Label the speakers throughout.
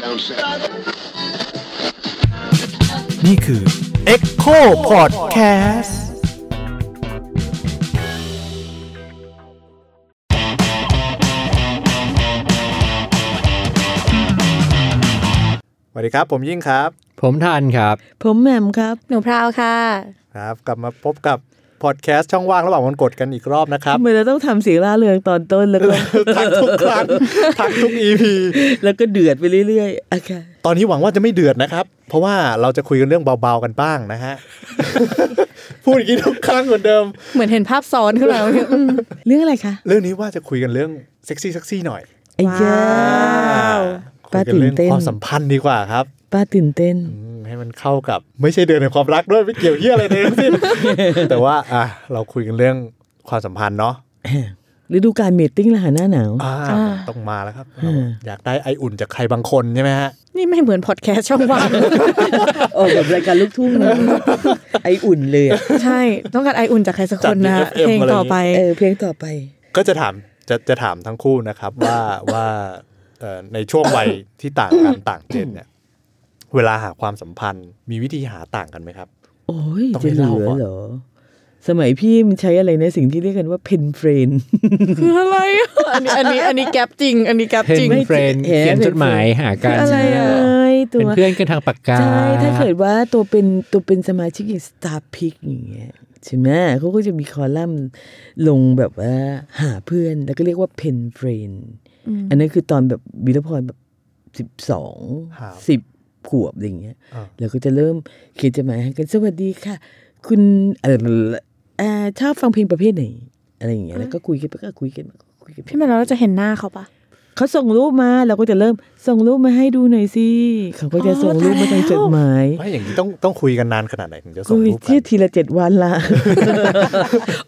Speaker 1: down south.
Speaker 2: นี่คือ Echo Podcast สวัสดีครับ ผมยิ่งครับ
Speaker 3: ผมทันครับ
Speaker 4: ผมแหม่มครับ
Speaker 5: หนูพราวค่ะ
Speaker 2: ครับ กลับมาพบกับพอดแคสต์ช่องว่างระหว่างวันกดกันอีกรอบนะครับ
Speaker 4: ทำไมเราต้องทำเสียงล่าเริงตอนต้นแล้วก็
Speaker 2: ทักทุกครั้ง ทักทุก EP
Speaker 4: แล้วก็เดือดไปเรื่อยๆอะค่ะ
Speaker 2: ตอนนี้หวังว่าจะไม่เดือดนะครับ เพราะว่าเราจะคุยกันเรื่องเบาๆกันบ้างนะฮ ะ พูดอย่างนี้ทุกครั้งเหมือนเดิม
Speaker 5: เหมือนเห็นภาพซ้อน ขึ้นมาอืม
Speaker 4: เรื่องอะไรคะ
Speaker 2: เรื่องนี้ว่าจะคุยกันเรื่องเซ็กซี่เซ็กซี่หน่อย
Speaker 4: ไอ้ยา
Speaker 2: คุยกันเรื่อง
Speaker 4: ป้าตื่นเต้น
Speaker 2: ความสัมพันธ์ดีกว่าครับ
Speaker 4: ป้าตื่นเต้น
Speaker 2: อืมให้มันเข้ากับไม่ใช่เดือนแห่งความรักด้วยไม่เกี่ ยวเหี้ยอะไรเลยทั้งสิ้น แต่ว่าอ่ะเราคุยกันเรื่องความสัมพันธ์เนาะ
Speaker 4: ฤดูการเมตติ้งละหาหน้าหนาว
Speaker 2: อ่าต้องมาแล้วครับเราอยากได้ไออุ่นจากใครบางคนใช่ไหมฮะ
Speaker 5: นี่ไม่เหมือนพอดแคสต์ช่องว่าง
Speaker 4: โอ้แบบรายการลูกทุ่ง นะไออุ่นเลยอะ
Speaker 5: ใช่ ต้องการไออุ่นจากใครสักคนนะ เพลงต่อไป
Speaker 4: เออเพลงต่อไป
Speaker 2: ก็จะถามจะจะถามทั้งคู่นะครับ ว่าว่าเอ่อในช่วงวัยที่ต่างกัน ต่างเจนเนี่ยเวลาหาความสัมพันธ์มีวิธีหาต่างกันไหมครับ
Speaker 4: โอ้ย
Speaker 2: ต้องให้
Speaker 4: จะเหลื
Speaker 2: เล่า
Speaker 4: อ
Speaker 2: ก่อน
Speaker 4: เหรอ สมัยพี่มันใช้อะไรนะสิ่งที่เรียกกันว่าเพนเฟรน
Speaker 5: คืออะไร อันนี้อันนี้อันนี้แก๊ปจริง อันนี้แก๊ป
Speaker 3: เพื่อ
Speaker 5: จริง
Speaker 3: นเฟรน
Speaker 4: เห็น
Speaker 3: เขียนจดหมายหากัน
Speaker 5: อะไรอะ
Speaker 4: ตั
Speaker 3: เป็น
Speaker 4: ว
Speaker 3: เพื่อนกันทางปากกา
Speaker 4: ใช่ ถ้าเกิดว่าตัวเป็นตัวเป็นสมาชิกอย่าง Star p i c อย่างเงี้ยใช่ไหมเขาก็จะมีคอลัมน์ลงแบบว่าหาเพื่อนแล้วก็เรียกว่าเพนเฟรนอันนั้นคือตอนแบบวิรพรแบบสิบสอง
Speaker 2: ครับ
Speaker 4: สิบขวบอะไรอย่างเงี้ย
Speaker 2: อ่า
Speaker 4: แล้วก็จะเริ่มเขียนจดหมายให้กันสวัสดีค่ะ คุณเออเอ่อชอบฟังเพลงประเภทไหน อะไรอย่างเงี้ยแล้วก็คุยกันไปก็คุยกันมาก็คุยกันไป
Speaker 5: พี่แม่เราจะเห็นหน้าเขาปะ
Speaker 4: เขาส่งรูปมาเราก็จะเริ่มส่งรูปมาให้ดูหน่อยสิเขาก็จะ
Speaker 5: อ๋อ
Speaker 4: ส่งรูปมาทาง
Speaker 5: ตายแล้ว
Speaker 4: จดหมาย
Speaker 2: ไม่อย่างนี้ต้องต้องคุยกันนานขนาดไหนถึงจะส่ง
Speaker 4: คุย
Speaker 2: รูปกั
Speaker 4: เที่ย
Speaker 2: น
Speaker 4: ทีละเจ็ดวันละ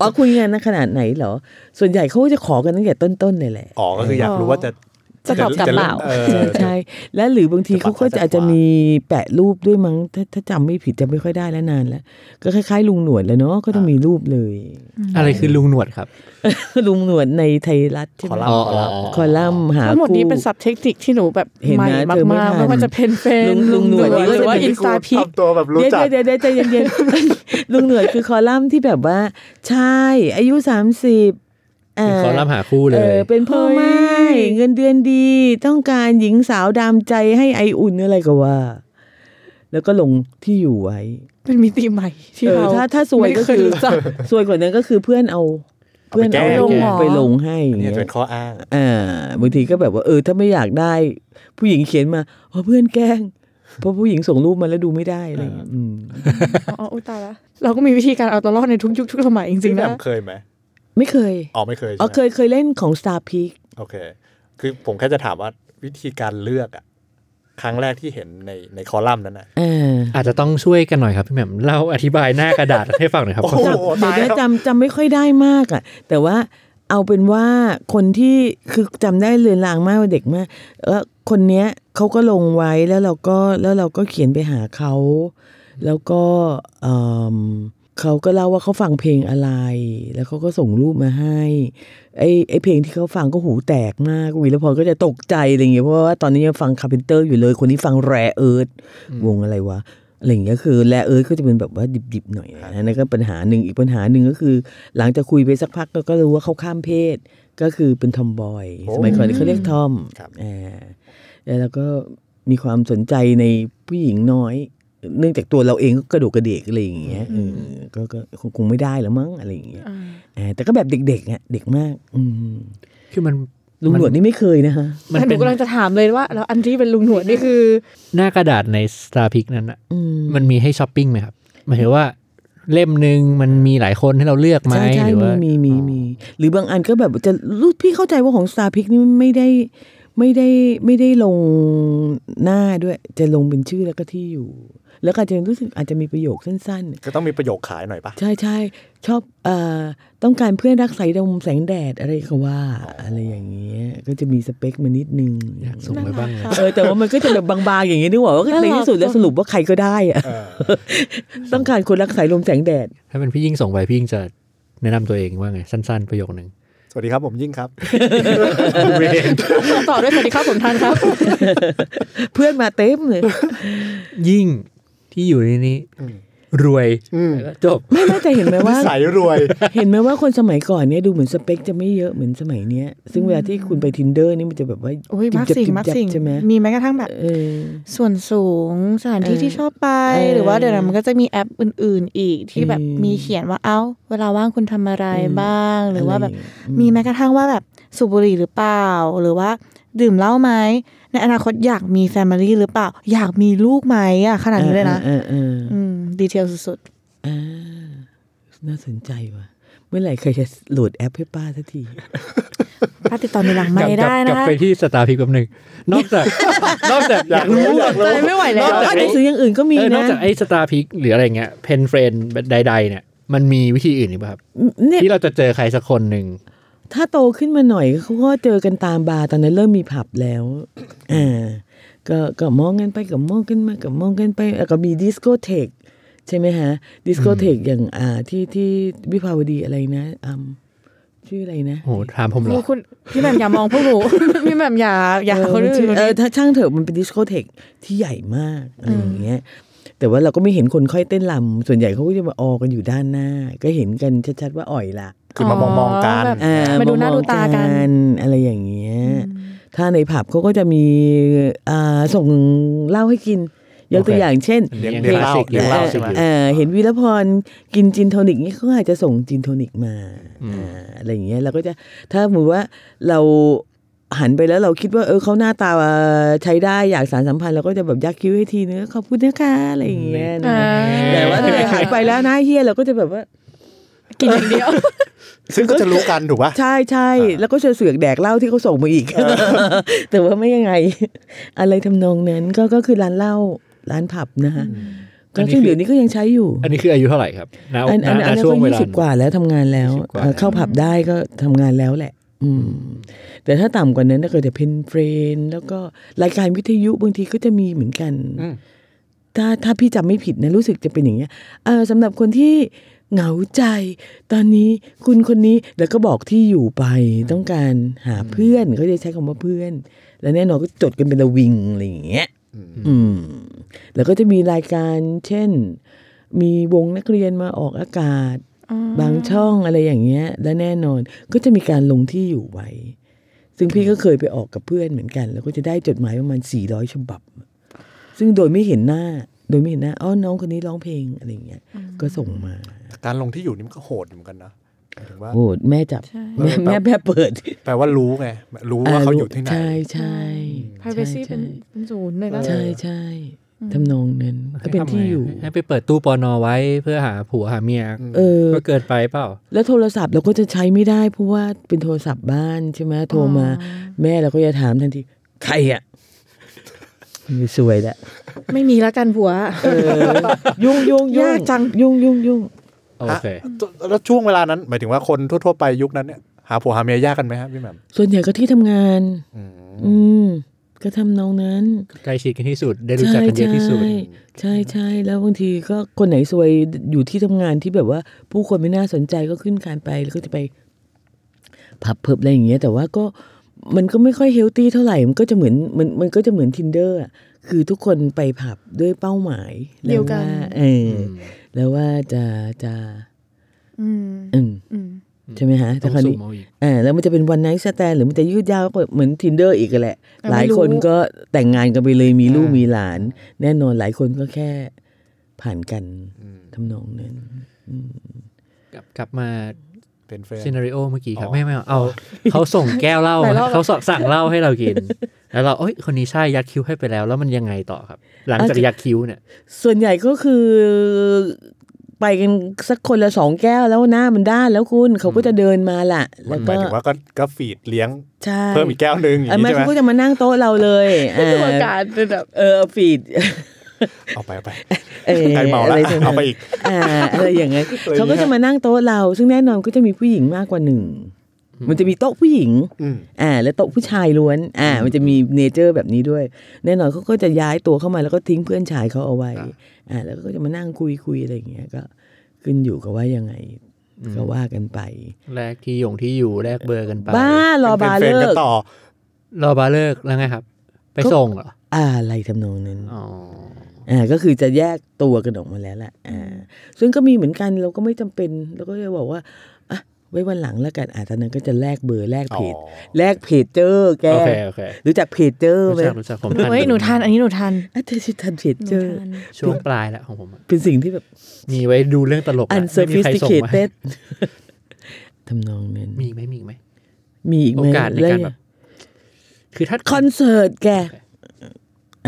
Speaker 4: อ๋อคุยงานนะขนาดไหนเหรอ ส่วนใหญ่เขาก็จะขอกันตั้งแต่ต้นๆเลยแหละ
Speaker 2: อ๋อ ก็คืออยากรู้ว่าจะ
Speaker 5: จะตอบกลับเปล่า
Speaker 2: ออ
Speaker 4: ใช่ใช่แล้วหรือบางที
Speaker 2: จะปัด
Speaker 4: เขาก็จะอาจจะ
Speaker 2: จะขวามี
Speaker 4: มีแปะรูปด้วยมั้งถ้าถ้าจำไม่ผิดจำไม่ค่อยได้แล้วนานแล้ว ก็คล้ายๆ ลุงหนวดแล้วเนาะก็ต้องมีรูปเลย
Speaker 3: อะไรคือลุงหนวดครับ
Speaker 4: ลุงหนวดในไทยรัฐใช่
Speaker 2: ขอ
Speaker 4: ไหม
Speaker 2: รับขอรับ
Speaker 4: คอลัมน์หา
Speaker 5: ทั้งหมดนี้
Speaker 4: คู่
Speaker 5: เป็นศัพท์เทคนิคที่หนูแบบ
Speaker 4: เห็น
Speaker 5: ใหม่
Speaker 4: นะ
Speaker 5: มา
Speaker 4: เธอไม่ทัน
Speaker 5: กๆไม่ว่าจะเพนเฟน
Speaker 4: ลุงลุงหนวด
Speaker 5: หรือว่าอินสตาพิก
Speaker 2: ทำตัวแบบรู้จัก
Speaker 4: เดี๋ยวเดี๋ยวเดี๋ยวใจ เย็นๆ ลุงเหนื่อยคือคอลัมน์ที่แบบว่าชายอายุสามสิบ
Speaker 3: เป็นคอลัมน์หาคู่เลย
Speaker 4: เป็นพ่อไม้
Speaker 5: เฮ้ย
Speaker 4: เงินเดือนดี ต้องการหญิงสาวดามใจให้ไออุ่นอะไรก็ว่า แล้วก็ลงที่อยู่ไว้
Speaker 5: เป็นมิติใหม่ที่
Speaker 4: เออ
Speaker 5: เรา
Speaker 4: ถ้าถ้าสวยก็คือ
Speaker 5: ไม่เรู้จั
Speaker 4: สวยกว่านั้นก็คือเพื่อนเอา
Speaker 2: เอาไปแก้
Speaker 4: ลง
Speaker 5: แก้
Speaker 4: ไปลงให้อย่าง
Speaker 2: เนี่
Speaker 4: เงี้
Speaker 2: ย
Speaker 4: ย
Speaker 2: เป็นข้ออ้าง
Speaker 4: อ่าบางทีก็แบบว่าเออถ้าไม่อยากได้ ผู้หญิงเขียนมาอ๋อเพื่อนแกล้งเพราะผู้หญิงส่งรูปมาแล้วดูไม่ได้อะไรอย่างเงี้ยอืม
Speaker 5: อ๋ออุ๊ยตายละเราก็มีวิธีการเอาตัวรอดในทุกยุคทุกสมัยจ
Speaker 2: จริ
Speaker 5: ริ
Speaker 2: ง
Speaker 5: งๆ
Speaker 2: นะ
Speaker 5: นะ
Speaker 2: เคยไหม
Speaker 4: ไม่เคย
Speaker 2: อ๋อไม่เคย
Speaker 4: อ๋
Speaker 2: ใช่
Speaker 4: อ
Speaker 2: ไหม
Speaker 4: เคยเคยเล่นของ Star p e a k
Speaker 2: โอเค คือผมแค่จะถามว่าวิธีการเลือกอะครั้งแรกที่เห็นในในคอลัมน์นั้นน่ะ
Speaker 4: อ่า
Speaker 3: อาจจะต้องช่วยกันหน่อยครับพี่แหม่มเล่าอธิบายหน้ากระดาษ ให้ฟังหน่อยครับ
Speaker 2: โอ้โห
Speaker 4: จำเดี๋ยวนะจำจำไม่ค่อยได้มากอ่ะ แต่ว่าเอาเป็นว่าคนที่คือจำได้เลือนลางมากว่าเด็กมากเออคนเนี้ยเขาก็ลงไว้แล้วเราก็แล้วเราก็เขียนไปหาเขา แล้วก็เอิ่มเขาก็เล่าว่าเขาฟังเพลงอะไร แล้วเขาก็ส่งรูปมาให้ไอ้ไอ้เพลงที่เขาฟังก็หูแตกมากวีรพรก็จะตกใจอะไรอย่างเงี้ยเพราะว่าตอนนี้ยังฟังคาร์เพนเตอร์อยู่เลย คนนี้ฟังแรเอิร์ดวงอะไรวะอะไรอย่างเงี้ยคือแรเอิร์ดก็จะเป็นแบบว่าดิบๆหน่อยนะนั่นก็ปัญหาหนึ่งอีกปัญหาหนึ่งก็คือ หลังจากคุยไปสักพักก็ก็รู้ว่าเขาข้ามเพศก็คือเป็นทอมบอย
Speaker 2: โอ้
Speaker 4: สมัยก่อนเขาเรียกทอม
Speaker 2: ครับ
Speaker 4: อ่า แล้วก็มีความสนใจในผู้หญิงน้อย เนื่องจากตัวเราเองก็กระโดดกระเดกอะไรอย่างเงี้ยเออก็ก็คงคงไม่ได้แล้วมั้งอะไรอย่างเงี้ยเออแต่ก็แบบเด็กๆอ่ะเด็กมาก อืม
Speaker 3: คือมัน
Speaker 4: ลุงหนวดนี่ไม่เคยนะฮะ
Speaker 3: มัน
Speaker 5: แต่ห
Speaker 3: เป็
Speaker 5: นู
Speaker 3: น
Speaker 5: กำลังจะถามเลยว่า แล้วอันที่เป็นลุงหนวดนี่คือ
Speaker 3: หน้ากระดาษใน Star p i c นั้นอะ
Speaker 4: อืม
Speaker 3: มันมีให้ช้อปปิ้งไหมครับหมายถึงว่าเล่มหนึ่งมันมีหลายคนให้เราเลือกไหม
Speaker 4: ใช่ใช่
Speaker 3: หรือ
Speaker 4: มี
Speaker 3: ว่า
Speaker 4: มีมีมีหรือบางอันก็แบบจะรู้พี่เข้าใจว่าของ Star p i c นี่ไม่ได้ไม่ได้ไม่ได้ลงหน้าด้วย จะลงเป็นชื่อแล้วก็ที่อยู่ แล้วก็อาจจะรู้สึกอาจจะมีประโยคสั้นๆ
Speaker 2: ก็ต้องมีประโยคขายหน่อยปะ
Speaker 4: ใช่ใช่ชอบเอ่อต้องการเพื่อนรักสายดมแสงแดดอะไรก็ว่า อะไรอย่างเงี้ย ก็จะมีสเปคมานิดนึง
Speaker 3: อยากส่งไปบ้างไหม
Speaker 4: เออแต่ว่ามันก็จะแบบบางๆอย่างเงี้ยนึกว่าว่าในที่สุดแล้วสรุปว่าใครก็ได้อะ
Speaker 2: เออ
Speaker 4: ต้องการคนรักสายลมแสงแดด
Speaker 3: ถ้าเป็นพี่ยิ่งส่งไปพี่ยิ่งจะแนะนำตัวเองว่าไงสั้น ๆ ประโยคหนึ่ง
Speaker 2: วัสดีครับผมยิ่งครับ
Speaker 5: ต่อด้วยสวัสดีครับผมทันครับ
Speaker 4: เพื่อนมาเต็ม เลย
Speaker 3: ยิ่งที่อยู่ในนี้
Speaker 2: อืม
Speaker 3: รวย
Speaker 2: อืม
Speaker 3: แล้วจบ
Speaker 4: ไม่ไม่แต่เห็นไหมว่า
Speaker 2: สายรวย
Speaker 4: เห็นไหมว่าคนสมัยก่อนเนี่ยดูเหมือนสเปคจะไม่เยอะเหมือนสมัยเนี้ย ซึ่งเวลาที่คุณไปทินเดอร์นี่มันจะแบบว่า
Speaker 5: โอ้ย
Speaker 4: จิ๊
Speaker 5: มัก
Speaker 4: บจับ
Speaker 5: สิ่ง
Speaker 4: จิ๊บ
Speaker 5: มัก
Speaker 4: จับ
Speaker 5: สิ่ง
Speaker 4: ใช่ไหม
Speaker 5: มีแม้กระทั่งแบบ
Speaker 4: เออ
Speaker 5: ส่วนสูงสถานที่
Speaker 4: เออ
Speaker 5: ที่ชอบไป
Speaker 4: เออ
Speaker 5: หรือว่าเดี๋ยวนะมันก็จะมีแอปอื่น ๆ อีกที่แบบ
Speaker 4: อืม
Speaker 5: มีเขียนว่าเอ้า เวลาว่างคุณทำอะไร
Speaker 4: อืม
Speaker 5: บ้าง หรือว่าแบบ
Speaker 4: อื
Speaker 5: มีแม้กระทั่งว่าแบบสูบบุหรี่หรือเปล่า หรือว่าดื่มเหล้าไหมในอนาคตอยากมีแฟมิลี่หรือเปล่า อยากมีลูกไหมอะขนาดนี้เลยนะ
Speaker 4: ออเออเออ
Speaker 5: อืมดีเทลสุด
Speaker 4: อ่าน่าสนใจว่ะ เมื่อไหร่เคยจะโหลดแอปให้ป้าสักที
Speaker 5: ๆถ้าติดต่อในหลังไม่ได้
Speaker 3: กลับกลับกลั
Speaker 5: นะ
Speaker 3: บ
Speaker 5: คะ
Speaker 3: ไปที่สตาร์พิกแป๊บหนึ่งนอกจาก นอกจากอยากรู้
Speaker 2: อยากรู้
Speaker 5: ไม่ไหวแล้ว
Speaker 3: นอกจาก
Speaker 4: ห
Speaker 3: ไอ้
Speaker 4: นังสืออย่างอื่นก็มี
Speaker 3: เออนอก
Speaker 4: นะ
Speaker 3: จากไอ้สตาร์พิกหรืออะไรเงี้ยเพนเฟรนใด ๆ เนี่ย มันมีวิธีอื่นอีกป่ะครับ
Speaker 4: เนี่ย
Speaker 3: ที่เราจะเจอใครสักคนหนึ่ง
Speaker 4: ถ้าโตขึ้นมาหน่อยเขาก็เจอกันตามบาร์ตอนนั้นเริ่มมีผับแล้ว อ่าก็ก็มองกันไปก็มองกันมาก็มองกันไปแล้วก็มีดิสโกเทกใช่ไหมฮะ ดิสโกเทกอย่างอ่าที่ที่วิภาวดีอะไรนะอืมชื่ออะไรนะ
Speaker 3: โอ้โหถามผมเหร
Speaker 5: โอ้
Speaker 3: อ
Speaker 5: คุณพี่แหม่มอย่ามองพวกหนู พี่แหม่มอย่าอย่าหาคนอื่น
Speaker 4: เออถ้าช่างเถอะมันเป็นดิสโกเทกที่ใหญ่มากอะไรอย่างเงี้ย แต่ว่าเราก็ไม่เห็นคนค่อยเต้นลำส่วนใหญ่เขาก็จะมาออกันอยู่ด้านหน้า ก็เห็นกันชัดๆว่าอ่อยละ
Speaker 2: คือมามองมองๆกัน
Speaker 5: อ๋อแบบ
Speaker 4: อ่
Speaker 5: มาดูหน้า
Speaker 4: องๆ
Speaker 5: มดูตากัน
Speaker 4: อะไรอย่างเงี้ย ถ้าในผับเขาก็จะมีอ่าส่งเหล้าให้กิน ยกตัว
Speaker 3: โอเค
Speaker 4: อย่างเช่น
Speaker 2: เลี้ยงเลี้ยงเหล้าเลี้ยงเหล้าใช่ไหม
Speaker 4: เอ่อเห็นวีรพรกินจินโทนิกนี่เขาอาจจะส่งจินโทนิกมาอ่าอะไรอย่างเงี้ยเราก็จะถ้าสมมติว่าเราหันไปแล้วเราคิดว่าเออเขาหน้าตาใช้ได้อยากสารสัมพันธ์เราก็จะแบบยักคิ้วให้ทีนึงขอบคุณนะคะอะไรอย่างเงี้ยนะ
Speaker 5: อ่า
Speaker 4: แต่ว่าถ้าเกิดหันไปแล้วหน้าเฮียเราก็จะแบบว่า
Speaker 5: กินอย่างเดียว
Speaker 2: ซึ่งก็จะรู้กันถูกป่ะ
Speaker 4: ใช่ใช่แล้วก็จะเสือกแดกเหล้าที่เขาส่งมาอีก แต่ว่าไม่ยังไง อะไรทำนองนั้นก็ก็คือร้านเหล้าร้านผับนะคะ
Speaker 3: อั
Speaker 4: ก็
Speaker 3: นนี้
Speaker 4: ซึ่ง
Speaker 3: คือ
Speaker 4: เดี๋ยวนี้ก็ยังใช้อยู่
Speaker 3: อันนี้คืออายุเท่าไหร่ครับณ
Speaker 4: อัน
Speaker 3: ณ
Speaker 4: อันอัน
Speaker 3: ณ
Speaker 4: นั้น
Speaker 3: ช่วง
Speaker 4: ก็
Speaker 3: เว
Speaker 4: ยี่
Speaker 3: ลา
Speaker 4: สิบกว่าแล้วทำงานแล้ว
Speaker 3: ยี่สิบกว่า
Speaker 4: เอ่อเข้าผับได้ก็ทำงานแล้วแหละ อืม แต่ถ้าต่ำกว่านั้นก็จะเพนเฟรนแล้วก็รายการวิทยุบางทีก็จะมีเหมือนกัน
Speaker 2: อืม
Speaker 4: ถ้าถ้าพี่จำไม่ผิดนะรู้สึกจะเป็นอย่างเงี้ยเออสำหรับคนที่เหงาใจ ตอนนี้คุณคนนี้แล้วก็บอกที่อยู่ไปต้องการหาเพื่อนเขาจะใช้คำว่าเพื่อน แล้วแน่นอนก็จดกันเป็นระวิงอะไรอย่างเงี้ยอืม แล้วก็จะมีรายการเช่น มีวงนักเรียนมาออกอากาศ บางช่องอะไรอย่างเงี้ย และแน่นอนก็จะมีการลงที่อยู่ไว้ ซึ่งพี่ก็เคยไปออกกับเพื่อนเหมือนกัน แล้วก็จะได้จดหมายประมาณ 400 ฉบับ ซึ่งโดยไม่เห็นหน้า โดยไม่เห็นหน้าอ๋อน้องคนนี้ร้องเพลงอะไรอย่างเงี้ย ก็ส่งมา
Speaker 2: การลงที่อยู่นี่มันก็โหดอยู่เหมือนกันนะหมายถึงว่า
Speaker 4: โหดแม่จับ
Speaker 5: ใช่
Speaker 4: แม่แม่แม่เปิด
Speaker 2: แปลว่ารู้ไง รู้ว่าเขาอยู่ที่ไหน
Speaker 4: ใช่ใช่
Speaker 5: privacy
Speaker 4: ใช่
Speaker 5: เป็นเป็นศูนย์เลยนะ
Speaker 4: ใช่ใช่ทำนองนั้นก็เป็นที่อยู่
Speaker 3: ให้ไปเปิดตู้ปอนอไว้เพื่อหาผัวหาเมีย
Speaker 4: เออ
Speaker 3: ก็เกินไปเปล่า
Speaker 4: แล้วโทรศัพท์เราก็จะใช้ไม่ได้เพราะว่าเป็นโทรศัพท์บ้านใช่ไหมโทรมา
Speaker 5: อ๋อ
Speaker 4: แม่เราก็จะถามทันที ใครอ่ะมีสวยละ
Speaker 5: ไม่มีแล้วกันผัว
Speaker 4: ยุ่งยุ่งยุ่
Speaker 5: ยากจัง
Speaker 4: ยุ่งยุ่งยุ่ง
Speaker 3: โอเค
Speaker 2: แล้วช่วงเวลานั้น หมายถึงว่าคนทั่วๆไปยุคนั้นเนี่ยหาผัวหาเมียยากกันไหมฮะพี่แหม่ม
Speaker 4: ส่วนใหญ่ก็ที่ทำงาน อืม ก็ทำนองนั้น
Speaker 3: ใกล้ชิดกันที่สุดได้รู้จักกันเยอะที่สุด
Speaker 4: ใช่ใช่ใช่แล้วบางทีก็คนไหนสวยอยู่ที่ทำงานที่แบบว่า ผู้คนไม่น่าสนใจก็ขึ้นคานไปแล้วก็จะไปผับเพิบอะไรอย่างเงี้ยแต่ว่าก็มันก็ไม่ค่อยเฮลตี้เท่าไหร่มันก็จะเหมือนมันมันก็จะเหมือนทินเดอร์คือทุกคนไปผับด้วยเป้าหมาย
Speaker 5: เดียวกัน
Speaker 4: แล้เอออแล้วว่าจะจะ
Speaker 5: อืม
Speaker 4: อืม
Speaker 5: อืม
Speaker 4: ใช่ไหมฮะ
Speaker 3: ต้
Speaker 4: แต่
Speaker 3: อง
Speaker 4: คราว
Speaker 3: สู
Speaker 4: นี้
Speaker 3: งเอาอีก
Speaker 4: อ่าแล้วมันจะเป็นวันไนท์สแตนหรือมันจะยืดยาวก็เหมือนทินเดอร์อีกแหละ หลายคนก็แต่งงานกันไปเลยมีลูกมีหลาน แน่นอนหลายคนก็แค่ผ่านกันทำนองนั้น
Speaker 3: กลับกลับมา
Speaker 2: เป็นเฟรน
Speaker 3: ซีนารีโอเมื่อกี้ครับ
Speaker 2: อ๋อ
Speaker 3: ไม่ไม่เอา เขาส่งแก้ว เหล้า
Speaker 5: หลายรอบ
Speaker 3: เขาสสั่งเหล้าให้เรากิน แล้วเราเอ้ยคนนี้ใช่ยักคิ้วให้ไปแล้ว แล้วมันยังไงต่อครับ หลังจากยักคิ้วเนี่ย
Speaker 4: ส่วนใหญ่ก็คือไปกันสักคนละสองแก้วแล้วหน้ามันด้านแล้วคุณเขาก็จะเดินมาล่ะ แล้ว
Speaker 2: ห
Speaker 4: ก็
Speaker 2: มายถึงว่าก็ก็ฟีดเลี้ยง
Speaker 4: ใช่
Speaker 2: เพิ่มอีกแก้วหนึ่งอย่าง
Speaker 4: ไอ้
Speaker 2: นี้
Speaker 4: ไม่
Speaker 2: ใช่ไหม
Speaker 4: เขาก็จะมานั่งโต๊ะเราเลยเออ
Speaker 5: ตัวการเป็นแบบ
Speaker 4: เออฟีด
Speaker 2: เอาไปเอาไป
Speaker 4: เออ
Speaker 2: ใครเมา
Speaker 4: อะ
Speaker 2: ละ
Speaker 4: ไรอย่าง
Speaker 2: เอาไป
Speaker 4: เงี้ย
Speaker 2: อีก
Speaker 4: อ่าอะไรอย่างเงี้ย
Speaker 2: เลยเนี่ย
Speaker 4: เขาก็จะมานั่งโต๊ะเรา ซึ่งแน่นอนก็จะมีผู้หญิงมากกว่าหนึ่งมันจะมีโต๊ะผู้หญิง
Speaker 2: อืม
Speaker 4: อ่าและโต๊ะผู้ชายล้วน อ่า มันจะมีเนเจอร์แบบนี้ด้วย แน่นอนเขาก็จะย้ายตัวเข้ามาแล้วก็ทิ้งเพื่อนชายเขาเอาไว้ อ่า แล้วก็จะมานั่งคุยคุยอะไรอย่างเงี้ยก็ขึ้นอยู่กับว่ายังไง
Speaker 3: อืม
Speaker 4: ก็ว่ากันไป
Speaker 3: แลกที่ยงที่อยู่แลกเบอร์กันไป
Speaker 4: บ้ารอบาร์
Speaker 2: ป็นแฟ
Speaker 4: เลิ
Speaker 2: น
Speaker 4: ก
Speaker 2: นต่อ
Speaker 3: รอบาร์เลิกแล้วไงครับ ไปส่งเหรอ
Speaker 4: อะไรทำนองนั้น
Speaker 3: อ๋อ
Speaker 4: อ่าก็คือจะแยกตัวกันออกมาแล้วแหละอ่าซึ่งก็มีเหมือนกันเราก็ไม่จำเป็นเราก็จะบอกว่าอ่ะไว้วันหลังแล้วกันอ่าตอนนั้นก็จะแลกเบอร์แลกเพจ
Speaker 2: อ๋อ
Speaker 4: แลกเพจเจอร์แก
Speaker 3: โอเคโอเค
Speaker 4: รู้จักเพจเจอร์
Speaker 3: รู้
Speaker 4: ไหม
Speaker 3: จักรู้จักผมทัน
Speaker 5: เฮ้ยหนูทันอันนี้หนูทัน
Speaker 4: อ่ะเธอชื่อทันเพจ
Speaker 5: ห
Speaker 4: เจ
Speaker 5: นู
Speaker 4: อร์
Speaker 5: ทัน
Speaker 3: ช่วงปลายแล้วของผมอะ
Speaker 4: เป็นสิ่งที่แบบ
Speaker 3: มีไว้ดูเรื่องตลกอะไม่มีใครส่งมา
Speaker 4: unsophisticated ทำนองนั้น
Speaker 3: มีอีกไหมมีอีกไหม
Speaker 4: มีอีกไหม
Speaker 3: โอกาสในการแบ
Speaker 4: แล้ว
Speaker 3: บคือถ้า
Speaker 4: คอนเสิร์ตแก
Speaker 3: โอเค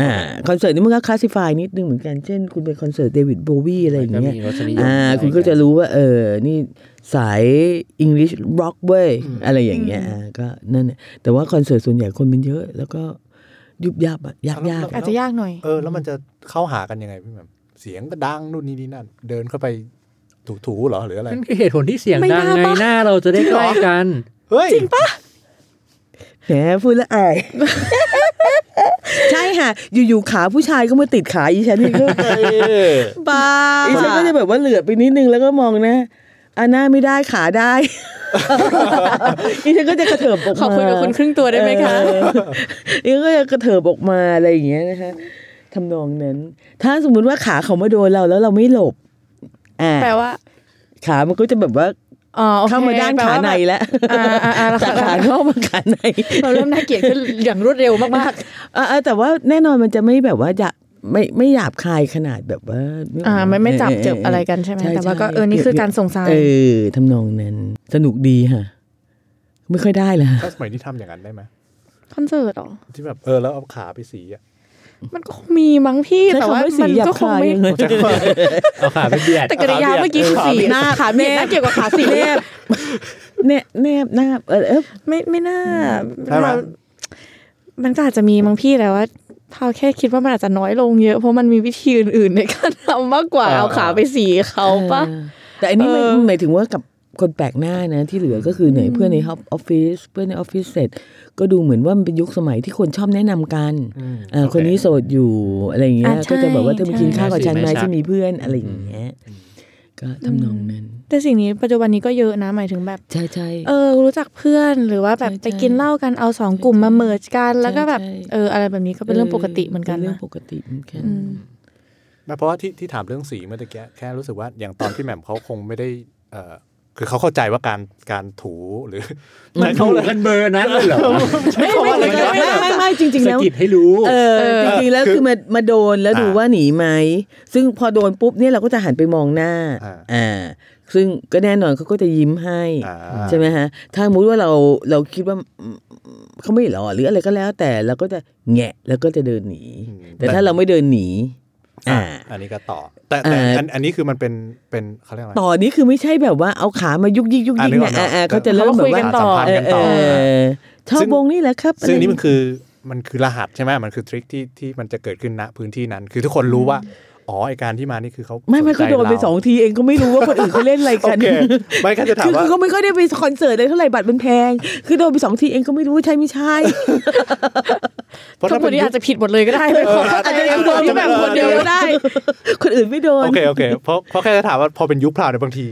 Speaker 4: อ่าคอนเสิร์ตนี่มันก็คลาสสิฟายนิดนึงเหมือนกันเช่น คุณเป็นคอนเสิร์ตเดวิดโบวีอะไรอย่าง
Speaker 3: มันก็
Speaker 4: เงี้ย
Speaker 3: มีรสนิยม
Speaker 4: อ่า
Speaker 3: อะไร
Speaker 4: คุณก็จะรู้ว่า เออ นี่สายอังกฤษร็อกเว้ยอะไรอย่างเงี้ยอ่าก็นั่นน่ะแต่ว่าคอนเสิร์ตส่วนใหญ่คนมันเยอะ แล้วก็ยุบยับอะยากยาก
Speaker 2: แล้ว
Speaker 5: อาจจะยากหน่อย
Speaker 2: เออ แล้วมันจะเข้าหากันยังไงพี่แหม่มเสียงก็ดังนู่นนี่นี่นั่น เดินเข้าไปถูๆเหรอหรืออะไร
Speaker 3: นั่นคือเหตุผลที่เสียง
Speaker 5: ไม่
Speaker 3: ดัง
Speaker 5: น่า
Speaker 3: ไง
Speaker 5: ปะ
Speaker 3: หน้าเราจะได้ใกล้กัน
Speaker 2: เฮ้ย จริงปะ
Speaker 4: แหมพูดและอาย ใช่ค่ะ อยู่ๆขาผู้ชายก็มาติดขาอีฉันนี่ก็
Speaker 5: บ้า
Speaker 4: อีฉันก็จะแบบว่าเหลือบไปนิดนึงแล้วก็มองนะอาหน้าไม่ได้ขาได้ อีฉันก็จะกระเถิบออกมา
Speaker 5: ขอคุยกับคุณครึ่งตัวได้ไหมคะ
Speaker 4: เออนี่ก็จะกระเถิบออกมาอะไรอย่างเงี้ยนะคะทำนองนั้น ถ้าสมมุติว่าขาเขามาโดนเราแล้วเราไม่หลบ อ่า
Speaker 5: แปลว่า
Speaker 4: ขามันก็จะแบบว่า
Speaker 5: อ๋อโอค
Speaker 4: เข้ามาด้าน
Speaker 5: แปล
Speaker 4: ขา
Speaker 5: ว่
Speaker 4: ในแล้ว
Speaker 5: อ่าอ่าอ่าเรา
Speaker 4: จากขาเข้ามาขาใน
Speaker 5: เราเริ่มน่าเกลียดขึ้นอย่างรวดเร็วมาก
Speaker 4: อ่าแต่ว่าแน่นอนมันจะไม่แบบว่าจะไม่ไม่หยาบคายขนาดแบบว่านึกก
Speaker 5: ๆอ่าไม่ไม่จับ
Speaker 4: เออ
Speaker 5: เจ็บอะไรกันใช่ไหม
Speaker 4: ใช่
Speaker 5: แต่ว่าก็
Speaker 4: ใช่
Speaker 5: เออนี่คือการส่งสาร
Speaker 4: เออทำนองนั้น สนุกดีค่ะ ไม่ค่อยได้ละ
Speaker 2: ถ้าสมัยนี้ทำอย่างนั้นได้ไหม
Speaker 5: คอนเสิร์ตเหรอ
Speaker 2: ที่แบบเออแล้วเอาขาไปสีอ่ะ
Speaker 5: มันก็คงมีมั้งพี่แต่ว่า
Speaker 4: ใช้คำ
Speaker 5: มั
Speaker 4: สีหยาบ
Speaker 5: ก็คง
Speaker 4: คาย
Speaker 5: ไม่
Speaker 4: ยังไง
Speaker 3: เอาขาไปเบียด
Speaker 5: แต่กริยาเมื่อกี้คือสี
Speaker 4: หน้า
Speaker 5: ขาเมีย
Speaker 4: แนบ
Speaker 5: น่าเกลียดกว่าขาสี
Speaker 4: แนบแนบแนบหน้าเออเออ
Speaker 5: ไม่ไม่น่า
Speaker 2: ได้ไหม
Speaker 5: เรามันก็อาจจะมีมั้งพี่แต่ว่าเราแค่คิดว่ามันอาจจะน้อยลงเยอะเพราะมันมีวิธีอื่นๆในการทำมากกว่าเอาขาไปสีเขาปะ
Speaker 4: เออแต่อันนี้ไม่
Speaker 5: เออ
Speaker 4: หมายถึงว่ากับคนแปลกหน้านะที่เหลือก็คือไหนเพื่อนในออฟฟิศเพื่อนในออฟฟิศเสร็จ ก็ดูเหมือนว่ามันเป็นยุคสมัยที่คนชอบแนะนำกัน
Speaker 2: อืม
Speaker 4: เอ่อคนนี้โสดอยู่อะไรอย่างเงี้ย
Speaker 5: อ่ะใช่
Speaker 4: ก็จะบอกว่าเธอไปกิน
Speaker 5: ใช่
Speaker 4: ข้าวกับฉันไหมฉันมีเพื่อนอะไรอย่างเงี้ยก็ทำนองนั้น
Speaker 5: แต่สิ่งนี้ปัจจุบันนี้ก็เยอะนะหมายถึงแบบ
Speaker 4: ใช่ใช่
Speaker 5: เออรู้จักเพื่อนหรือว่าแบบ
Speaker 4: ใช่ใช่
Speaker 5: ไปกินเหล้ากันเอาสองกลุ่มมาเมิร์จกัน แล้วก็แบบ
Speaker 4: ใช่
Speaker 5: เอออะไรแบบนี้ก็เป็นเรื่องปกติเหมือนกัน
Speaker 4: ป็เรื่อ
Speaker 5: นะ
Speaker 4: งปกติเหมือนกัน
Speaker 5: อืม
Speaker 2: ไม่เพราะว่าที่ที่ถามเรื่องสีเมื่อตะกี้แค่รู้สึกว่าอย่างตอนพี่แหม่มเขาคงไม่ได้เออคือเขาเข้าใจว่าการการถูหรือ
Speaker 3: มันเขากันเบอร์นั้นเลยเหรอ
Speaker 2: ไม่ผมว่าอะไรก็
Speaker 4: ไม่
Speaker 2: ได้
Speaker 4: ไม่ไม่จริง ๆ
Speaker 3: สะ
Speaker 4: แล้ว
Speaker 3: กิดให้รู้
Speaker 4: เออจริงๆแล้ว
Speaker 2: คือ
Speaker 4: คือมามาโดนแล้ว
Speaker 2: อ่า
Speaker 4: ดูว่าหนีไหมซึ่งพอโดนปุ๊บเนี่ยเราก็จะหันไปมองหน้า
Speaker 2: อ่า
Speaker 4: อ่าซึ่งก็แน่นอนเขาก็จะยิ้มให้
Speaker 2: อ่า
Speaker 4: ใช่ไหมฮะ ถ้าสมมุติว่าเราเราคิดว่าอืมเขาไม่หรอหรืออะไรก็แล้ว แต่เราก็จะแงะแล้วก็จะเดินหนี แต่ถ้าเราไม่เดินหนี อ่า
Speaker 2: อันนี้ก็ต่อ แต่แต่
Speaker 4: อ่า
Speaker 2: อันอันนี้คือมันเป็นเป็นเขาเรียกอะไร
Speaker 4: ต่อนี้คือไม่ใช่แบบว่าเอาขามายุกยิกยุกยิก
Speaker 2: อ่านึกออก
Speaker 4: นะอ่าอ่า
Speaker 2: นึกออก
Speaker 4: เขาจะเริ่มแบบว่า
Speaker 2: สสัมพันธ์
Speaker 4: เอ
Speaker 2: กั
Speaker 4: อน เอ
Speaker 2: ต่อ
Speaker 4: อชอ
Speaker 2: ซึ่
Speaker 4: บ
Speaker 2: ง
Speaker 4: วงนี้แหละครับ
Speaker 2: ซึ่งอันนี่มั
Speaker 4: อะไร
Speaker 2: นคือมันคือรหัสใช่ไหมมันคือทริคที่ที่มันจะเกิดขึ้นณพื้นที่นั้น คือทุกคนรู้ว่า อ๋อไอการที่มานี่คือเขา
Speaker 4: ไม่ไม่
Speaker 2: สใจ
Speaker 4: ก็โดนไป
Speaker 2: เรา
Speaker 4: สองทีเองก็ไม่รู้ว่าคนอื่นเขาเล่นอะไร
Speaker 2: โอ
Speaker 4: กัน
Speaker 2: เคไม่แค่จะถาม
Speaker 4: คือ
Speaker 2: ว่า
Speaker 4: คือก็ไม่ค่อยได้ไปคอนเสิร์ตเลยเท่าไหร่บัตรมันแพง คือโดนไปสองทีเองก็ไม่รู้ว่าใช่ไม่ใช่
Speaker 2: เพราะ
Speaker 5: ทั้
Speaker 2: ถ้าง
Speaker 5: หม
Speaker 2: เป็
Speaker 5: ด
Speaker 2: น
Speaker 5: นี้
Speaker 2: ยุค
Speaker 5: อาจจะผิดหมดเลยก็ได้เลย
Speaker 2: เอออาจจะ
Speaker 5: โดนที่แบบคนเดียว
Speaker 4: ก็
Speaker 5: ได้
Speaker 4: ได้ คนอื่นไม่โดน
Speaker 2: โอเคโอเคเพราะเพราะแค่จะถามว่าพอเป็นยุคพราวเนี่ยบางที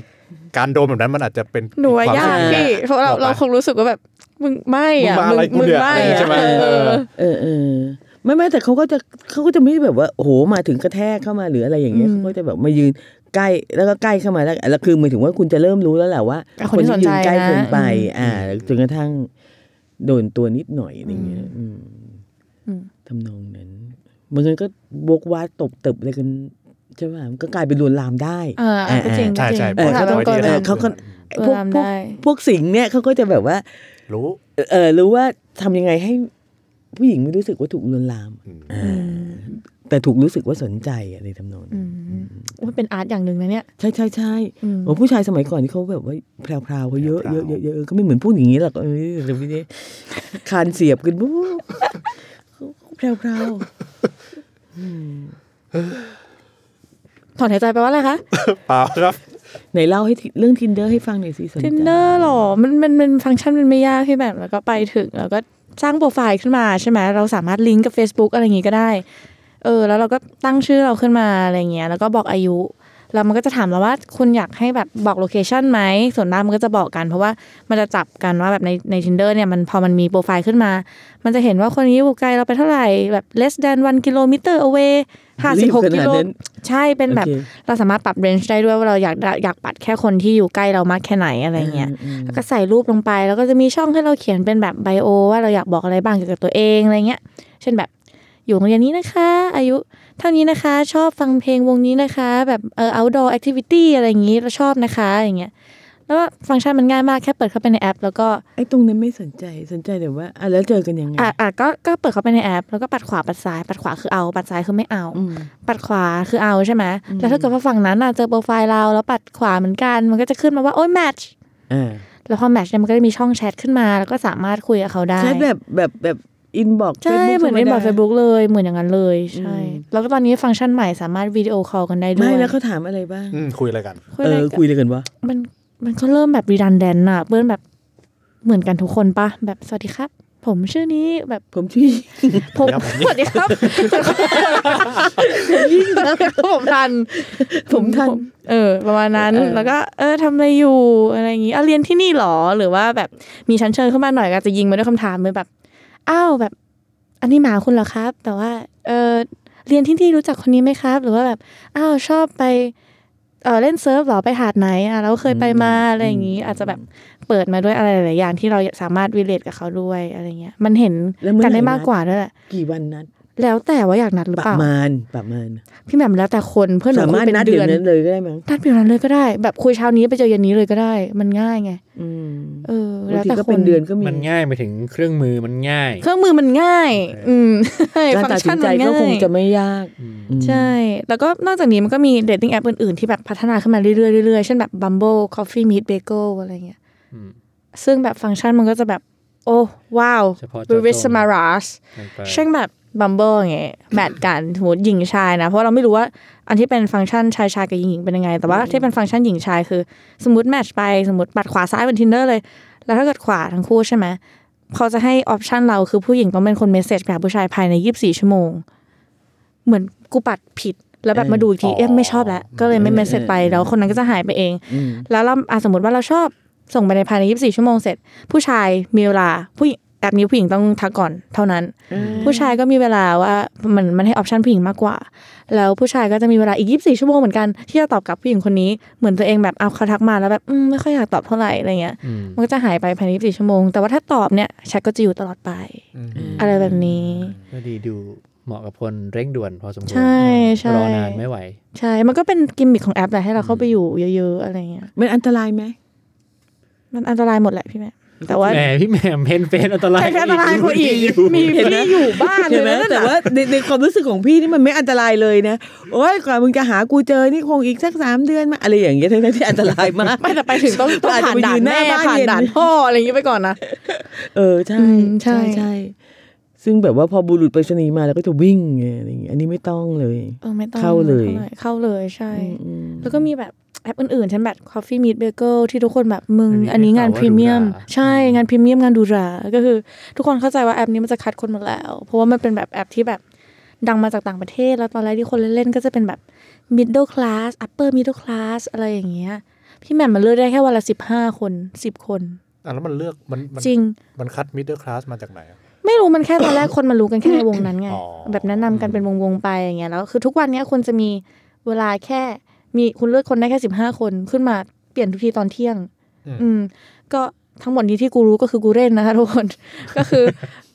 Speaker 2: การโดนแบบนั้นมันอาจจะเป็น
Speaker 5: หนูว่ายาก
Speaker 2: ควมรู้สึ
Speaker 5: พี่เพราะเราเราคงรู้สึกว่าแบบมึงไม่
Speaker 2: มึง
Speaker 5: อ่ะ
Speaker 2: มาอะไรกู
Speaker 5: มึง
Speaker 2: เนี่ย
Speaker 5: ไม่
Speaker 2: อะไรอย่างงี้
Speaker 5: อ่ะ
Speaker 2: ใช่ไหม
Speaker 5: เอ
Speaker 2: เออ
Speaker 5: อ
Speaker 4: เออเออไม่ไม่แต่เขาก็จะเขาก็จะไม่ได้แบบว่าโอ้โหมาถึงกระแทกเข้ามาหรืออะไรอย่างเงี้ย
Speaker 5: อืม
Speaker 4: เขาก็จะแบบมายืนใกล้แล้วก็ใกล้เข้ามาแล้วแล้วคือหมายถึงว่าคุณจะเริ่มรู้แล้วแหละว่า
Speaker 5: อ่ะคนที่สน
Speaker 4: ยื
Speaker 5: ใจ
Speaker 4: นใกล้เกินไป
Speaker 5: นะอืม
Speaker 4: อ่าจนกระทั่งโดนตัวนิดหน่อยอะไรอย่างเงี้ยอืม
Speaker 5: อืม
Speaker 4: ทำนองนั้นบางคนก็บวกว่าดตบเติบอะไรกันใช่ป่ะมันก็กลายเป็นลวนลามได้
Speaker 5: อ่าก็จริง
Speaker 2: ใช่ใช่
Speaker 5: ก็จริ
Speaker 4: เอ
Speaker 5: ง
Speaker 4: อ
Speaker 5: ถาม
Speaker 4: ก็ต้อง
Speaker 5: ก่อน
Speaker 4: เออเขาก็
Speaker 5: เอ
Speaker 4: พ
Speaker 5: อ
Speaker 4: วก
Speaker 5: ทำ
Speaker 4: พวก
Speaker 5: ได้
Speaker 4: พวกสิงห์เนี่ยเขาก็จะแบบว่า
Speaker 2: รู้
Speaker 4: เออรู้ว่าทำยังไงให้ผู้หญิงไม่รู้สึกว่าถูกลวนลาม
Speaker 2: อืม
Speaker 4: อ่าแต่ถูกรู้สึกว่าสนใจอะไรทำนอง
Speaker 5: อื
Speaker 4: นั้น
Speaker 5: มว่าเป็นอาร์ตอย่างหนึ่งนะเนี่ย
Speaker 4: ใช่ใช่ใช่
Speaker 5: อืม
Speaker 4: โอ้ผู้ชายสมัยก่อนที่เขาแบบว่าแพรวๆเขาเยอะ
Speaker 2: แพรวๆ
Speaker 4: เยอะเยอะเยอะเออก็ไม่เหมือนผู้หญิงนี้หรอกเออเดี๋ยวนี้เนี่ยคานเสียบกันปุ๊บ แพรว
Speaker 5: ถอนหายใจไปลว่าอะไรคะ
Speaker 2: เปล่าครับ
Speaker 4: ๆไหนเล่าให้ที่เรื่อง tinder ให้ฟังหน่อยสิสนใจ
Speaker 5: ทินเดอร์หรอ มันมันมันฟังก์ชันมันไม่ยากพี่แบบแล้วก็ไปถึง แล้วก็สร้างโปรไฟล์ขึ้นมาใช่ไหมเราสามารถลิงก์กับ Facebook อะไรอย่างงี้ก็ได้ เออ แล้วเราก็ตั้งชื่อเราขึ้นมาอะไรอย่างเงี้ย แล้วก็บอกอายุ แล้วมันก็จะถามเราว่าคุณอยากให้แบบบอกโลเคชันไหมส่วนมากมันก็จะบอกกัน เพราะว่ามันจะจับกันว่าแบบในใน tinder เนี่ยมันพอมันมีโปรไฟล์ขึ้นมา มันจะเห็นว่าคนนี้อยู่ไกลเราไปเท่าไหร่แบบ less than 1กิโลเมตร away ห้าสิบหก
Speaker 4: รีบข
Speaker 5: กิ
Speaker 4: นาด
Speaker 5: โล
Speaker 4: นั้น
Speaker 5: ใช่เป็นแบบ
Speaker 4: โอเค
Speaker 5: เราสามารถปรับเรนจ์ได้ด้วยว่าเราอยากได้อยากปัดแค่คนที่อยู่ใกล้เรามากแค่ไหนอะไรเงี้ย
Speaker 4: อืม
Speaker 5: แล้วก็ใส่รูปลงไป แล้วก็จะมีช่องให้เราเขียนเป็นแบบไบโอ ว่าเราอยากบอกอะไรบ้างเกี่ยวกับตัวเองอะไรเงี้ย เช่นแบบอยู่โรงเรียนนี้นะคะ อายุเท่านี้นะคะ ชอบฟังเพลงวงนี้นะคะ แบบเออ outdoor activity อะไรอย่างงี้เราชอบนะคะอย่างเงี้ย แล้วว่าฟังก์ชันมันง่ายมากแค่เปิดเข้าไปในแอป แล้วก็
Speaker 4: ไอ้ตรงนั้นไม่สนใจสนใจแต่ว่าอ่ะแล้วเจอกันยังไง
Speaker 5: อ่ะอ่ะก็ก็เปิดเข้าไปในแอป แล้วก็ปัดขวาปัดซ้ายปัดขวาคือเอาปัดซ้ายคือไม่เอา
Speaker 4: อืม
Speaker 5: ปัดขวาคือเอาใช่ไหมแล้วถ้าเกิดว่าฝั่งนั้นน่ะเจอโปรไฟล์เราแล้วปัดขวาเหมือนกัน มันก็จะขึ้นมาว่าโอ้ยแมทช์
Speaker 4: อ่า
Speaker 5: แล้วพอแมทช์เนี่ยมันก็จะมีช่องแชทขึ้นมา แล้วก็สามารถคุยกับเขาได้
Speaker 4: แชทแบบแบบแบบอินบอก
Speaker 5: ใช่เหมือนในแบบเฟซบุ๊กเลยเหมือนอย่างนั้นเลยใช่
Speaker 4: อืม
Speaker 5: แล้วก็ตอนนี้ฟังก์ชันใหม่สามารถวิดีโอคอลกันได้ด้วย
Speaker 4: ไม่แล้วเขาถามอะไรบ้าง
Speaker 2: อืมคุยอะไรกัน
Speaker 5: คุย
Speaker 1: เอ
Speaker 5: อะไร
Speaker 1: อ
Speaker 5: กัน
Speaker 1: คุยเลยกันวะ
Speaker 5: มันมันก็เริ่มแบบรีดันแดนน่ะเพื่อนแบบเหมือนกันทุกคนปะแบบสวัสดีครับ ผมชื่อนี้แบบ
Speaker 4: ผมชื่ อ
Speaker 5: ผม
Speaker 2: ครับผม
Speaker 5: สวัสดีครับยิ่งผมทัน
Speaker 4: ผมทัน
Speaker 5: เออ ประมาณนั้น
Speaker 4: เออ
Speaker 5: แล้วก็เออทำอะไรอยู่อะไรอย่างงี้เอาเรียนที่นี่เหรอหรือว่าแบบมีชั้นเชิญขึ้นมาหน่อยก็จะยิงมาด้วยคำถามเลยแบบอ้าวแบบ อันนี้หมาคุณเหรอครับ แต่ว่าเออเรียนที่นี่รู้จักคนนี้ไหมครับ หรือว่าแบบอ้าวชอบไปเออเล่นเซิร์ฟเหรอไปหาดไหนอ่ะเราเคยไปมาอะไรอย่างงี้ อาจจะแบบเปิดมาด้วยอะไรหลายๆอย่างที่เราสามารถวิเลตกับเขาด้วยอะไรเงี้ยมันเห็น
Speaker 4: แล้วเมื่อ
Speaker 5: กัน
Speaker 4: ไหร่
Speaker 5: ได้มาก
Speaker 4: นัด
Speaker 5: กว่าด้วยแหละ
Speaker 4: กี่วันนัด
Speaker 5: แล้วแต่ว่าอยากนัดหรือ
Speaker 4: ป
Speaker 5: เประล่า
Speaker 4: มาณประมาณ
Speaker 5: พี่แหม่มแล้วแต่คนเพื่อนหนู
Speaker 4: สา
Speaker 5: คุ
Speaker 4: มาร
Speaker 5: ย
Speaker 4: ถ
Speaker 5: เป็น
Speaker 4: นัด
Speaker 5: เดื
Speaker 4: เดี๋ยว
Speaker 5: อ
Speaker 4: น นั้นเลยก็ได้มั้ง
Speaker 5: นัดเดี๋ยวนั้นเลยก็ได้ แบบคุยเช้านี้ไปเจอเย็นนี้เลยก็ได้ มันง่ายไง
Speaker 4: อืม
Speaker 5: เออบ
Speaker 4: าง
Speaker 5: แล้ว
Speaker 4: ที
Speaker 5: แต่
Speaker 4: ก็
Speaker 5: ค
Speaker 4: เป็น
Speaker 5: น
Speaker 4: เดือนก็มี
Speaker 3: มันง่ายไปถึงเครื่องมือมันง่าย
Speaker 5: เครื่องมือมันง่าย อืม ใช่
Speaker 4: การ
Speaker 5: ฟัง
Speaker 4: ตัด
Speaker 5: ก์
Speaker 4: สิ
Speaker 5: ชัน
Speaker 4: นใจ
Speaker 5: มัน
Speaker 4: ก็
Speaker 5: ง่า
Speaker 4: คง
Speaker 5: ย
Speaker 4: จะไม่ยาก
Speaker 3: อืม
Speaker 4: อืม
Speaker 5: ใช่ แล้วก็นอกจากนี้มันก็มีเดทติ้งแอปอื่นๆ ที่แบบพัฒนาขึ้นมาเรื่อยๆเรื่อยๆเช่นแบบ Bumble Coffee Meet Bagel อะไรเงี้ย
Speaker 3: อืม
Speaker 5: ซึ่งแบบฟังก์ชันมันก็จะแบบ โอ้ว้าว
Speaker 3: เฉพาะ
Speaker 5: บริสมา
Speaker 3: รา
Speaker 5: รัส เช่นแบบบัมเบิลอย่างเงี้ยแมทกันสมมติหญิงชายนะ เพราะเราไม่รู้ว่าอันที่เป็นฟังก์ชันชายชายกับหญิงหญิงเป็นยังไง แต่ว่าที่เป็นฟังก์ชันหญิงชายคือ สมมติแมทช์ไปสมมติปัดขวาซ้ายเป็นทินเดอร์เลย แล้วถ้าเกิดขวาทั้งคู่ใช่ไหมเขาจะให้ออปชันเราคือผู้หญิงต้องเป็นคนเมสเซจไปหาผู้ชายภายใน 24 ชั่วโมง เหมือนกูปัดผิดแล้วแบบมาดูอีกทีเอ๊ะไม่ชอบแล้ว ก็เลยไม่เมสเซจไปแล้วคนนั้นก็จะหายไปเอง
Speaker 4: อืม
Speaker 5: แล้วเราอ่ะสมมติว่าเราชอบส่งไปในภายใน 24 ชั่วโมงเสร็จ ผู้ชายมีเวลาผู้หญิงแอปนี้ผู้หญิงต้องทักก่อนเท่านั้น ผู้ชายก็มีเวลาว่ามันมันให้ออปชันผู้หญิงมากกว่า แล้วผู้ชายก็จะมีเวลาอีก 24 ชั่วโมงเหมือนกัน ที่จะตอบกลับผู้หญิงคนนี้เหมือนตัวเองแบบเอาเขาทักมาแล้วแบบอืมไม่ค่อยอยากตอบเท่าไหร่อะไรเงี้ย
Speaker 3: อืม
Speaker 5: มันก็จะหายไปภายใน 24 ชั่วโมง แต่ว่าถ้าตอบเนี่ยแชทก็จะอยู่ตลอดไป
Speaker 2: อืม
Speaker 5: อะไรแบบนี้
Speaker 3: ก็ดีดูเหมาะกับคนเร่งด่วนพอสมควร
Speaker 5: ใช่ใช่
Speaker 3: รอนานไม่ไหว
Speaker 5: ใช่มันก็เป็นกิมมิคของแอปแหละให้เราเข้าไปอยู่เยอะๆอะไรเงี้ย
Speaker 4: มันอันตรายไหม
Speaker 5: มันอันตรายหมดแหละพี่แม่แต่ว่า
Speaker 3: แหมพี่แหม่มเพนเฟนอันตราย
Speaker 5: ใช่อันตรายกว่าอีก มี
Speaker 4: เห็นไหม
Speaker 5: พี่อยู่บ้าน
Speaker 4: เห็นไหม
Speaker 5: เลยนะ
Speaker 4: แต่ว่าในในความรู้สึกของพี่นี่มันไม่อันตรายเลยนะโอ้ยกว่ามึงจะหากูเจอนี่คงอีกสักสามเดือนมาอะไรอย่างเงี้ยทั้งๆที่อันตรายมาก
Speaker 5: ไม่แต่ไปถึงต้องต้อง
Speaker 4: อาจ
Speaker 5: ผ่า
Speaker 4: จะ
Speaker 5: น
Speaker 4: ไป
Speaker 5: ด่า
Speaker 4: ยื
Speaker 5: น
Speaker 4: นห
Speaker 5: แม่
Speaker 4: น้าบ้าน
Speaker 5: ผ่าน
Speaker 4: เย็น
Speaker 5: ด่านพ่ออะไรอย่างงี้ไปก่อนนะ
Speaker 4: เออใช่
Speaker 5: อืมใช่
Speaker 4: ใช่ใช่ซึ่งแบบว่าพอบุรุษไปรษณีย์มาแล้วก็จะวิ่งไงอะไรอย่างเงี้ยอันนี้ไม่ต้องเลย
Speaker 5: เออไม่ต้อง
Speaker 4: เข้าเลย
Speaker 5: ท่ไหร่เข้าเลยใช่
Speaker 4: อืม
Speaker 5: แล้วก็มีแบบแอปอื่นๆเช่นแบบ Coffee Meet Bagel ที่ทุกคนแบบมึง อันนี้งานพรีเมียม ใช่งานพรีเมียมงานดูหรา ก็คือทุกคนเข้าใจว่าแอปนี้มันจะคัดคนหมดแล้ว เพราะว่ามันเป็นแบบแอปที่แบบดังมาจากต่างประเทศ แล้วตอนแรกที่คนเล่นๆ ก็จะเป็นแบบ middle class upper middle class อะไรอย่างเงี้ยพี่แหม่มมันเลือกได้แค่วันละสิบห้าคนสิบคน
Speaker 2: อ่ะแล้วมันเลือกมันมัน
Speaker 5: จริง
Speaker 2: มันคัดมิดเดิลคลาสมาจากไหนอะ
Speaker 5: ไม่รู้มันแค่ตอนแรก คนมารู้กันแค่ในวงนั้นไง
Speaker 2: อ๋อ
Speaker 5: แบบแนะนำกันเป็นวงๆไปอย่างเงี้ยแล้วคือทุกวันเนี้ยคนจะมีเวลาแค่มีคุณเลือกคนได้แค่สิบห้าคนขึ้นมาเปลี่ยนทุกทีตอนเที่ยง อืมก็ทั้งหมดนี้ที่กูรู้ก็คือกูเล่นนะคะทุกคน ก็คือ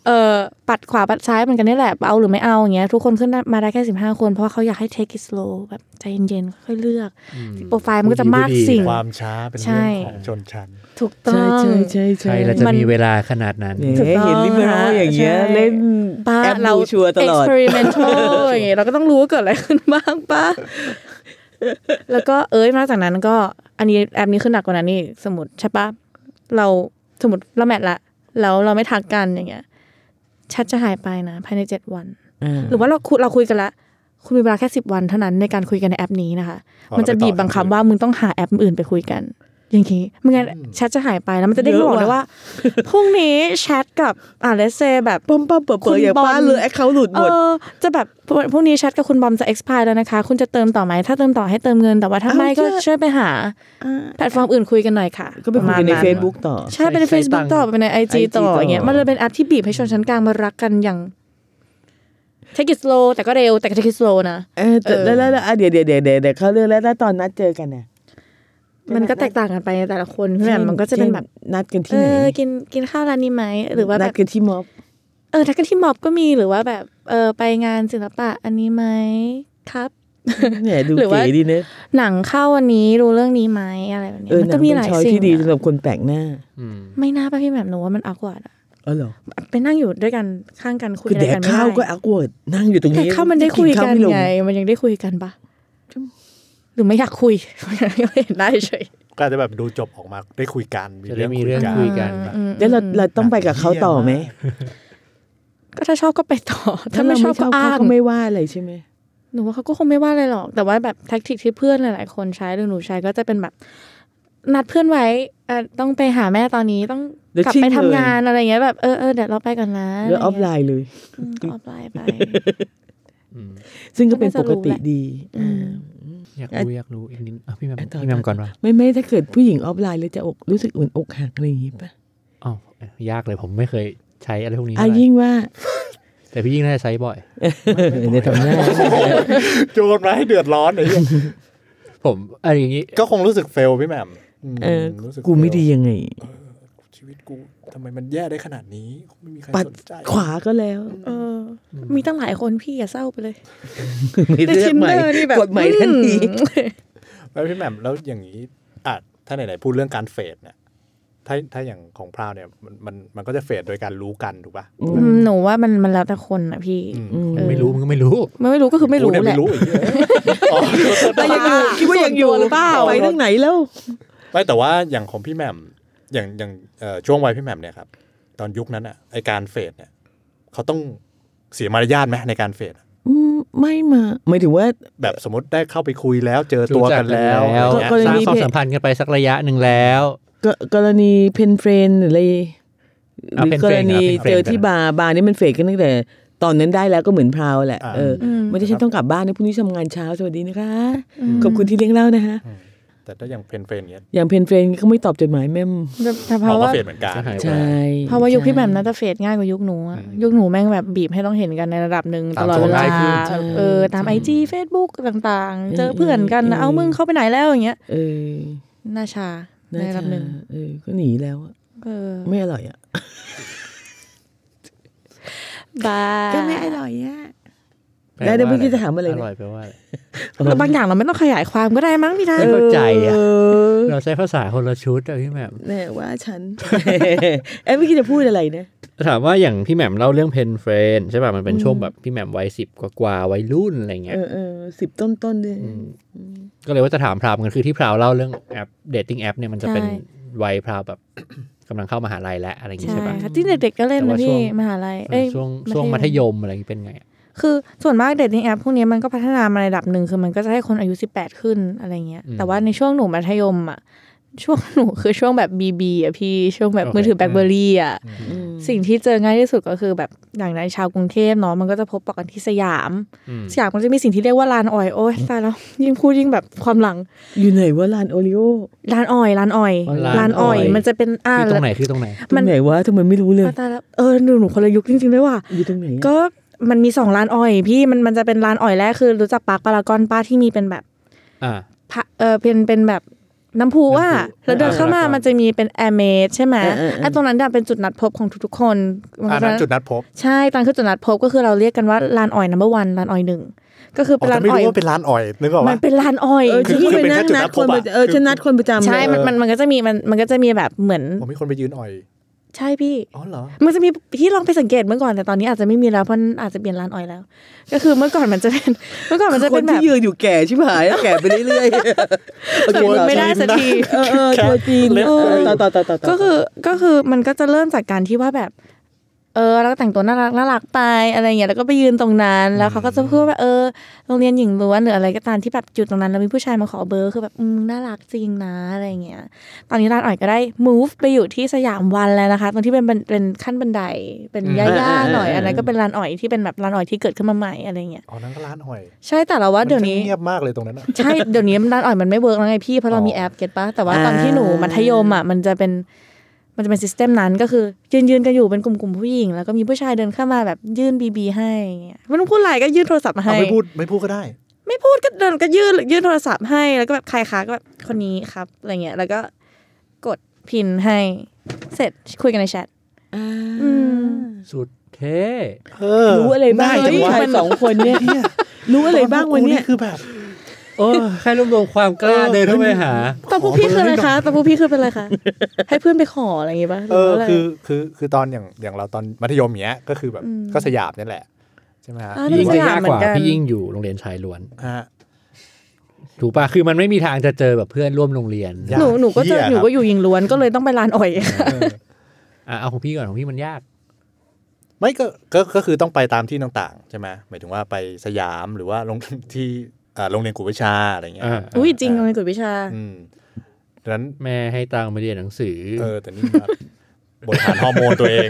Speaker 5: เอ่อปัดขวาปัดซ้ายเหมือนกันนี่แหละเอาหรือไม่เอาอย่างเงี้ยทุกคนขึ้นมาได้แค่สิบห้าคนเพราะว่าเขาอยากให้ take it slow แบบใจเย็นๆค่อยๆเลือก โปรไฟล์มันก็จะมากสิ่ง
Speaker 2: ความช้าเป็นเรื่อง
Speaker 5: ใช่
Speaker 2: ของชนชั้น
Speaker 5: ถูกต้อ
Speaker 4: ใช่
Speaker 5: ง
Speaker 4: ใช่ใช่
Speaker 3: ใช่แล้วจะมีเวลาขนาดนั้น
Speaker 5: ถูกต้อง
Speaker 4: เห็นลิเบอรัลอย่างเงี้ย
Speaker 5: ใช่
Speaker 4: เล่น
Speaker 5: ป้า
Speaker 4: แอป
Speaker 5: เรา
Speaker 4: บูชัวร์ตลอด
Speaker 5: experimental อย่างเงี้ยเราก็ต้องรู้ว่าเกิดอะไรขึ้นบ้างป้า แล้วก็เอ้ยนอกจากนั้นก็อันนี้แอปนี้ขึ้นหนักกว่านั้นนี่สมมติใช่ปะเราสมมติเราแมทละแล้วเราไม่ทักกันอย่างเงี้ยแชทจะหายไปนะ ภายในเจ็ดวัน หรือว่าเราคุยเราคุยกันละ คุณมีเวลาแค่สิบวันเท่านั้นในการคุยกันในแอปนี้นะคะ
Speaker 2: อ๋อ
Speaker 5: มันจะ
Speaker 2: แล้วไปต่
Speaker 5: บี
Speaker 2: อบ
Speaker 5: บังคับ
Speaker 2: ทางอื่น
Speaker 5: ว่ามึงต้องหาแอปอื่นไปคุยกัน อย่างงี้ไม่งั้นแชทจะหายไปแล้วมันจะเด้งบอก
Speaker 4: เย
Speaker 5: เล
Speaker 4: อะ
Speaker 5: ย
Speaker 4: ว่ะ
Speaker 5: ว่าพรุ่งนี้แชทกับอ่าเลสเซแบบ
Speaker 4: ป้อมป้อมเปิด
Speaker 5: คุ
Speaker 4: เปิด
Speaker 5: ณ
Speaker 4: อย่า
Speaker 5: บอล
Speaker 4: ป้าเลยแอคเคาหลุด
Speaker 5: เอ
Speaker 4: หมด
Speaker 5: อจะแบบพรุ่งนี้แชทกับคุณบอมจะ expire แล้วนะคะ คุณจะเติมต่อไหมถ้าเติมต่อให้เติมเงินแต่ว่าถ้า
Speaker 4: อ้าว
Speaker 5: ไม่ก็
Speaker 4: เชื่อ
Speaker 5: ช่วยไปหา แพลตฟอร์มอื่นคุยกันหน่อยค่ะ
Speaker 4: ก็ไปคุยกันใน
Speaker 5: ระมาณนั้น
Speaker 4: Facebook ต่อ
Speaker 5: ใช่เป็นใน
Speaker 3: ใช้
Speaker 5: Facebook
Speaker 3: ตังค์
Speaker 5: ต่อเป็นใน IG
Speaker 4: IG
Speaker 5: ต่อ
Speaker 4: ต่ออ
Speaker 5: อย่างเงี้ยมันเลยเป็นแอปที่บีบให้ชนชั้นกลางมารักกันอย่าง take it slow แต่ก็เร็วแต่ก็ take it slow นะ
Speaker 4: เออแต่
Speaker 5: เออ
Speaker 4: แล้วแล้วแล้วอ่ะเดี๋ยวเดี๋ยวเดี๋ยวเดี๋ยวเดี๋ยวเขาเรื่องแล้วแล้วตอนนัดเจอกันน่ะ
Speaker 5: มันก็แตกต่างกันไปในแต่ละคนเพื่อนมันก็จะเป็นแบบ
Speaker 4: ช่นัดกันที่
Speaker 5: เอ
Speaker 4: ไหน
Speaker 5: อกินกินข้าวร้านนี้ไหมหรือว่า
Speaker 4: นั
Speaker 5: แบ
Speaker 4: ด
Speaker 5: บ
Speaker 4: กันที่ม็อบ
Speaker 5: เออทักกันที่ม็อบก็มีหรือว่าแบบเออไปงานศิลปะอันนี้ไหมครับ
Speaker 4: แหมดู
Speaker 5: หรือว่า
Speaker 4: เก๋ดีเนอะ
Speaker 5: หนังเข้าวันนี้ดูเรื่องนี้ไหมอะไรแบบเนี้ย
Speaker 4: เออ
Speaker 5: มัน
Speaker 4: หนั
Speaker 5: ก็
Speaker 4: ง
Speaker 5: มี
Speaker 4: เป็น
Speaker 5: หลาย
Speaker 4: ช้อย
Speaker 5: สิ่ง
Speaker 4: ที่ดี
Speaker 5: อะ
Speaker 4: สำหรับคนแปลกหน้า
Speaker 3: อืม
Speaker 5: ไม่น่าป่ะพี่แบบหนูว่ามันอักวาดอะ
Speaker 4: เออเหรอ
Speaker 5: ไปนั่งอยู่ด้วยกันข้างกันคุย
Speaker 4: คือ
Speaker 5: อะไร
Speaker 4: แดก
Speaker 5: กันไม่
Speaker 4: ข้า
Speaker 5: ได้
Speaker 4: วก็อักวดนั่งอยู่ตรง
Speaker 5: แต่
Speaker 4: นี้
Speaker 5: ข้าวมันได้คุยกัน
Speaker 4: ม่ล
Speaker 5: ไง มันยังได้คุยกันปะหรือไม่อยากคุย ไม่เห็นได้เฉย
Speaker 2: ก็อาจจะแบบดูจบออกมาได้คุยกัน
Speaker 3: จะได้มีเรื่องคุยกัน
Speaker 5: อืม
Speaker 4: เดี๋ยวเราเราต้องไปกับเขาต่อไหม
Speaker 5: ก็ถ้าชอบก็ไปต่อ ถ้าไม่ชอบก็อ้าง
Speaker 4: เขไม่ว่าอะไรใช่ไหม
Speaker 5: หนูว่าเขาก็คงไม่ว่าอะไรหรอก แต่ว่าแบบแท็กติกที่เพื่อนหลายๆคนใช้หรือหนูใช้ก็จะเป็นแบบ นัดเพื่อนไว้เอ่อต้องไปหาแม่ตอนนี้ต้องกลับไปทำงานอะไรเงี้ยแบบเออเออเดี๋ยวเราไปกันนะ
Speaker 4: หรือออฟไลน์เลย
Speaker 5: อืมก็ออฟไลน์ไป
Speaker 3: อืม
Speaker 4: ซึ่งก็เป็นปกติ
Speaker 5: ก็น่าจะรู้แหละ
Speaker 4: ดีอ่า
Speaker 3: อยากรู้อยากรู้อีกนิดอ่ะพี่แหมม
Speaker 4: เอ้ยต่อ
Speaker 3: พี่แหมมก่อนว่ะ
Speaker 4: ไม่ไม่ถ้าเกิดผู้หญิงออฟไลน์แล้วจะอกรู้สึกเหมือนอกหักอะไรอย่างงี้ป่ะ
Speaker 3: อ๋อยากเลยผมไม่เคยใช้อะไรพวกนี้
Speaker 4: อ่ะ
Speaker 3: เลย
Speaker 4: ยิ่งว่า
Speaker 3: แต่พี่ยิ่งน่าจะใช้บ่อย
Speaker 4: ในทำหน้า
Speaker 2: โจนมาให้เดือดร้อนไอ้เหี้ ย
Speaker 3: ผมอะไรอย่างนี้
Speaker 2: ก็คงรู้สึกเฟลพี่แหม่มม
Speaker 4: เออ
Speaker 2: รู้สึ
Speaker 4: กูไม่ดียังไง
Speaker 2: ชีวิตกูทำไมมันแย่ได้ขนาดนี้ไม่มีใคร
Speaker 4: ปัด
Speaker 2: สนใจ
Speaker 4: ขวาก็แล้ว
Speaker 5: เออ มีตั้งหลายคนพี่อย่าเศร้าไปเลย
Speaker 4: ไม่เลือกใหม่
Speaker 5: Tinder นี่แบบ
Speaker 4: กดใหม่ทันที
Speaker 2: แล้วพี่แหม่มแล้วอย่างนี้อ่ะถ้าไหนๆพูดเรื่องการเฟดเนี่ยถ้าถ้าอย่างของพราวเนี่ยมันมันมันก็จะเฟดโดยการรู้กันถูกป่ะ
Speaker 5: อืมหนูว่ามันมันแล้วแต่คนนะพี่
Speaker 2: อืม
Speaker 4: อืม
Speaker 3: ไม่รู้มันก็ไม่รู้
Speaker 5: มันไม่รู้ก็คือไม่รู้
Speaker 2: กูเนี่ย
Speaker 5: แหละ
Speaker 2: ไม่รู้อีกเหี้ย อ๋อโทษ
Speaker 5: แต่ยังอยู่คิดว่ายังอยู่หรือเปล่า
Speaker 4: ไปทางไหนแล้ว
Speaker 2: ไม่แต่ว่าอย่างของพี่แหม่มอย่างอย่างเอ่อช่วงวัยพี่แหม่มเนี่ยครับ ตอนยุคนั้นอ่ะไอการเฟดเนี่ยเขาต้องเสียมารยาทไหมในการเฟดอะ
Speaker 4: อืมไม่มาหมายถึงว่า
Speaker 2: แบบสมมติได้เข้าไปคุยแล้วเจอตัวกันแล้ว
Speaker 3: รู้จัก
Speaker 2: อะไรเงี้ย
Speaker 4: ก็ก
Speaker 3: กันแล้วส
Speaker 4: ร
Speaker 3: ร้าง
Speaker 4: ณี
Speaker 3: ความสัมพันธ์กันไปสักระยะหนึ่งแล้ว
Speaker 4: กกรณีเพนเฟรนหรืออะไรห
Speaker 3: ะ
Speaker 4: รือ
Speaker 3: เป็น
Speaker 4: ก
Speaker 3: เฟร
Speaker 4: ร
Speaker 3: นด์
Speaker 4: ณี
Speaker 3: ครับเป็นเฟรนด์
Speaker 4: เจอที่บาร์บาร์นี่มันเฟกกันตั้งแต่ ตอนนั้นได้แล้วก็เหมือนพราวแหละเอออ
Speaker 5: ม
Speaker 4: ไม่ได้ฉันต้องกลับบ้านนะพรุ่งนี้ทำงานเช้าสวัสดีนะคะ ขอบคุณที่เลี้ยงเล่านะคะ
Speaker 2: แต่ถ้าอย่างเพนเฟนเนี่ย
Speaker 4: อย่างเพนเฟรนก็ไม่ตอบจดหมายแม่ม
Speaker 5: แต่เพ
Speaker 2: เขา
Speaker 5: ราะ
Speaker 2: ก็
Speaker 5: ว่า
Speaker 2: เฟดเหมือนกัน
Speaker 3: ก็หายไป
Speaker 4: ใช่
Speaker 5: เพราะว่ายุคพี่แบบน่าจะเฟดง่ายกว่ายุคหนูอะยุคหนูแม่งแบบบีบให้ต้องเห็นกันในระดับหนึ่งต
Speaker 3: ตาม
Speaker 5: ลอด
Speaker 3: โซ
Speaker 5: เวน ลา
Speaker 3: ง่ายขึ้น
Speaker 5: เออตามไอจีเฟซบุ๊กต่างๆ เจอเพื่อนกันนะเอามึงเข้าไปไหนแล้วอย่างเงี้ย
Speaker 4: เออ
Speaker 5: หน้าชาใน
Speaker 4: น่า
Speaker 5: ระ
Speaker 4: จะ
Speaker 5: ดับหนึ่ง
Speaker 4: เออก็หนีแล้วอะ
Speaker 5: เออ
Speaker 4: ไม่อร่อยอ่ะ
Speaker 5: บา
Speaker 4: ก็ไม่อร่อยอ่ะ แล้วเดี๋ยวเมื่อกี้จะถามอะไรนะ
Speaker 3: อร่อยแปลว่าอะไร
Speaker 5: แล้วบางอย่างเราไม่ต้องขยายความก็ได้มั้งพี่ทัน
Speaker 3: ไม่เข้าใจอ่ะ
Speaker 4: เออ
Speaker 3: เราใช้ภาษาคนละชุดอะพี่แหม่ม
Speaker 4: แน่ว่าฉัน เอ้ยเมื่อกี้จะพูดอะไรนะ
Speaker 3: ถามว่าอย่างพี่แหม่มเล่าเรื่องเพนเฟรนใช่ป่ะมันเป็นช่วงแบบพี่แหม่มวัยสิบกว่าๆวัยรุ่นอะไรเงี้ย
Speaker 4: เออเออสิบต้นต้นๆด้วย
Speaker 3: มก็เลยว่าจะถามพราวกันคือที่พราวเล่าเรื่องแอปเดทติ้งแอปเนี่ยมันจะเป็นวัยพราวแบบ กำลังเข้ามหาลัยและอะไรอย่างงี้
Speaker 5: ใช่
Speaker 3: ใช่ป่ะ
Speaker 5: ค่ะที่เด็กๆก็เล่นนะ
Speaker 3: แต่ว่าช่
Speaker 5: พี่
Speaker 3: วง
Speaker 5: มหาลัยเอ้ย
Speaker 3: ช่วงช่วงมัธยมอะไรอย่างงี้เป็นไงอะ
Speaker 5: คือส่วนมากเด็กในแอปพวกนี้มันก็พัฒนามาในระดับหนึ่งคือมันก็จะให้คนอายุ 18 ขึ้นอะไรเงี้ยแต่ว่าในช่วงหนูมัธยมอ่ะช่วงหนูคือช่วงแบบบีบีอ่ะพี่ช่วงแบบมือถือแบล็คเบอร์รี่อ่ะสิ่งที่เจอง่ายที่สุดก็คือแบบอย่างในชาวกรุงเทพเนาะมันก็จะพบปะกันที่สยาม
Speaker 3: อืม
Speaker 5: สยามมันจะมีสิ่งที่เรียกว่าลานออยโอ้ยตายแล้วยิ่งพูดยิ่งแบบความหลัง
Speaker 4: อยู่ไหนว่าลานโอริโอ
Speaker 5: ร้านออยร้านออย
Speaker 4: อ๋อร้าน
Speaker 5: ร้านออย
Speaker 4: ออย
Speaker 5: มันจะเป็นอ่า
Speaker 3: คือตรงไหนคือตรงไหน
Speaker 4: ตรงไหนวะทำไมไม่รู้เลย
Speaker 5: ตายแล้วเออหนูหนูคนละยุคจริงๆด้วยว่ะ
Speaker 4: อยู่ตรงไหนอะ
Speaker 5: ก็มันมีสองร้านออย พี่มันมันจะเป็นร้านออยแรกคือรู้จักปาร์คปารากอนป้าที่มีเป็นแบบ
Speaker 3: อ่า
Speaker 5: พะเออเป็นเป็นแบบน้ำพุว่า
Speaker 3: น้ำพุ
Speaker 5: แล้วเดินเข้ามา
Speaker 3: อ่า
Speaker 5: มันจะมีเป็นแอร์เมดใช่ไหมไอ้ตรงนั้นน่ะเป็นจุดนัดพบของทุกๆคน
Speaker 2: อันนั้นจุดนัดพบ
Speaker 5: ใช่ตอนคือจุดนัดพบก็คือเราเรียกกันว่าลานออยนัมเบอร์วันลานออยหนึ่งก็คือ
Speaker 2: อ๋อ
Speaker 5: เป็น
Speaker 2: แต่ไม่
Speaker 5: ร้านออย
Speaker 2: รู้ว่าเป็นร้านอ่อยนึกออก
Speaker 5: มั
Speaker 2: ปะ
Speaker 5: นเป็นร้านออย
Speaker 4: เออ
Speaker 2: คือ
Speaker 4: ที่
Speaker 2: คือ
Speaker 4: ไป
Speaker 2: เป็น
Speaker 4: นั่ง
Speaker 2: แค่จุด
Speaker 4: นั
Speaker 2: นั
Speaker 4: ด
Speaker 2: ด
Speaker 4: ค
Speaker 2: พ
Speaker 4: น
Speaker 2: บ
Speaker 4: ประ
Speaker 2: อะ
Speaker 4: จำเออ
Speaker 2: คือ
Speaker 4: ฉันนัดคนประจำ
Speaker 5: ใช่มัน
Speaker 4: เออ
Speaker 5: มันมันก็จะมีมันมันก็จะมีแบบเหมือน
Speaker 2: ผมมีคนไปยืนอ่อย
Speaker 5: ใช่พี่
Speaker 2: อ๋อเหรอ
Speaker 5: มันจะมีพี่ลองไปสังเกตเมื่อก่อนแต่ตอนนี้อาจจะไม่มีแล้วเพราะอาจจะเปลี่ยนร้านออยแล้ว ก็คือเมื่อก่อนมันจะเป็น เมื่อก่อนมันจะ
Speaker 4: ค
Speaker 5: เป็น นแบ
Speaker 4: ที่
Speaker 5: บ
Speaker 4: ยืนอยู่แก่ชิบหาย แล้วแก่ไปเรื่อยๆโอเค
Speaker 5: แบบ
Speaker 4: ต่อ
Speaker 5: ไม่ได้สักที
Speaker 4: เออเออเธอจีนเออต่อต่อต่อต่อต่
Speaker 5: ก็คือก็คือมันก็จะเริ่มจากการที่ว่าแบบ เออแล้วก็แต่งตัวน่ารักน่ารักไปอะไรอย่างเงี้ยแล้วก็ไปยืนตรงนั้น แล้วเขาก็จะพูดว่าเออโรงเรียนหญิงล้วนหรืออะไรก็ตามที่แบบจุดตรงนั้นแล้วมีผู้ชายมาขอเบอร์คือแบบอืมน่ารักจริงนะอะไรอย่างเงี้ยตอนนี้ร้านอ่อยก็ได้ move ไปอยู่ที่สยามวันแล้วนะคะ ตรงที่เป็นบันเป็นขั้นบันไดเป็นย่
Speaker 4: อ่า
Speaker 5: า
Speaker 4: อ่าอ่า
Speaker 5: ๆหน่อยอันนั้นก็เป็นร้านอ่อยที่เป็นแบบร้านอ่อยที่เกิดขึ้นมาใหม่อะไรเงี้ย
Speaker 2: อ๋อนั่นก็ร้านหอย
Speaker 5: ใช่แต่เราว่าเดี๋ยวนี้
Speaker 2: มัช่างเงียบมากเลยตรงนั้นอะ
Speaker 5: ใช่ เดี๋ยวนี้ร้านอ่อยมันไม่เวิร์กแล้วไงพี่ เพราะเรามีแอปเก็ตปะแต่ว่าตอนที่หนูมัธยมอ่ะมันจะเป็นมันจะเป็นซิสเต็มนั้นก็คือยืนยืนๆกันอยู่เป็นกลุ่มกลุ่มๆผู้หญิง แล้วก็มีผู้ชายเดินเข้ามาแบบยื่นบีบีให้อย่างเงี้ยไม่ต้องพูดอะไรก็ยื่นโทรศัพท์มา
Speaker 2: เอา
Speaker 5: ให้
Speaker 2: ไม่พูดไม่พูดก็ได้
Speaker 5: ไม่พูดก็เดินก็ยื่นยื่นโทรศัพท์ให้แล้วก็แบบใครคะก็แบบคนนี้ครับอะไรเงี้ยแล้วก็กดพินให้เสร็จคุยกันในแชท
Speaker 4: อ่า
Speaker 5: อืม
Speaker 3: สุดเท่
Speaker 2: เออ
Speaker 4: รู้อะไรบ้าง
Speaker 2: น่จังวะ
Speaker 4: ชายสองคน เนี่ย
Speaker 2: เนี่ย
Speaker 4: รู้อะไรบ้างวัน
Speaker 2: ตอ
Speaker 4: เนี้
Speaker 2: กู
Speaker 4: ย
Speaker 2: คือแบบ
Speaker 3: โอ้แค่รวบรวมความกล้าเดินเข้าไปหา
Speaker 5: ตอนพวกพี่คืออะไรคะตอนพวกพี่คือเป็นอะไรคะให้เพื่อนไปขออะไรอย่างงี้ปะห
Speaker 2: เอ
Speaker 5: รือ
Speaker 2: อ
Speaker 5: ว่าอะไร
Speaker 2: คือคือคือตอนอย่างอย่างเราตอนมัธยมเนี้ยก็คือแบบ
Speaker 5: อืม
Speaker 2: ก็สยามนี่แหละใช่ไหมฮะ
Speaker 5: อ่า
Speaker 3: พี่ยิ่งจะยากกว่า
Speaker 5: เหมือนกัน
Speaker 3: พี่ยิ่งอยู่โรงเรียนชายล้วน
Speaker 2: ฮะ
Speaker 3: ถูกปะคือมันไม่มีทางจะเจอแบบเพื่อนร่วมโรงเรียน
Speaker 2: ยา
Speaker 5: หนูหนูก็เจอ
Speaker 2: เหี้ยครับ
Speaker 5: หนูก็อยู่หญิงล้วนก็เลยต้องไปร้านอ่อย
Speaker 2: เออ
Speaker 3: อ่ะเอาของพี่ก่อนของพี่มันยาก
Speaker 2: ไม่ก็ก็ก็คือต้องไปตามที่ต่างๆใช่ไหมหมายถึงว่าไปสยามหรือว่าโรงที่อ่าโรงเรียนกุวิชาอะไรเงี้ย
Speaker 3: อ่า
Speaker 5: อุ้ยจริงโรงเรียนกวดวิชา
Speaker 2: อืมดังนั้น
Speaker 3: แม่ให้ตังค์ไปเรียนหนังสือ
Speaker 2: เออแต่นี่มาบริหารฮอร์โมนตัวเอง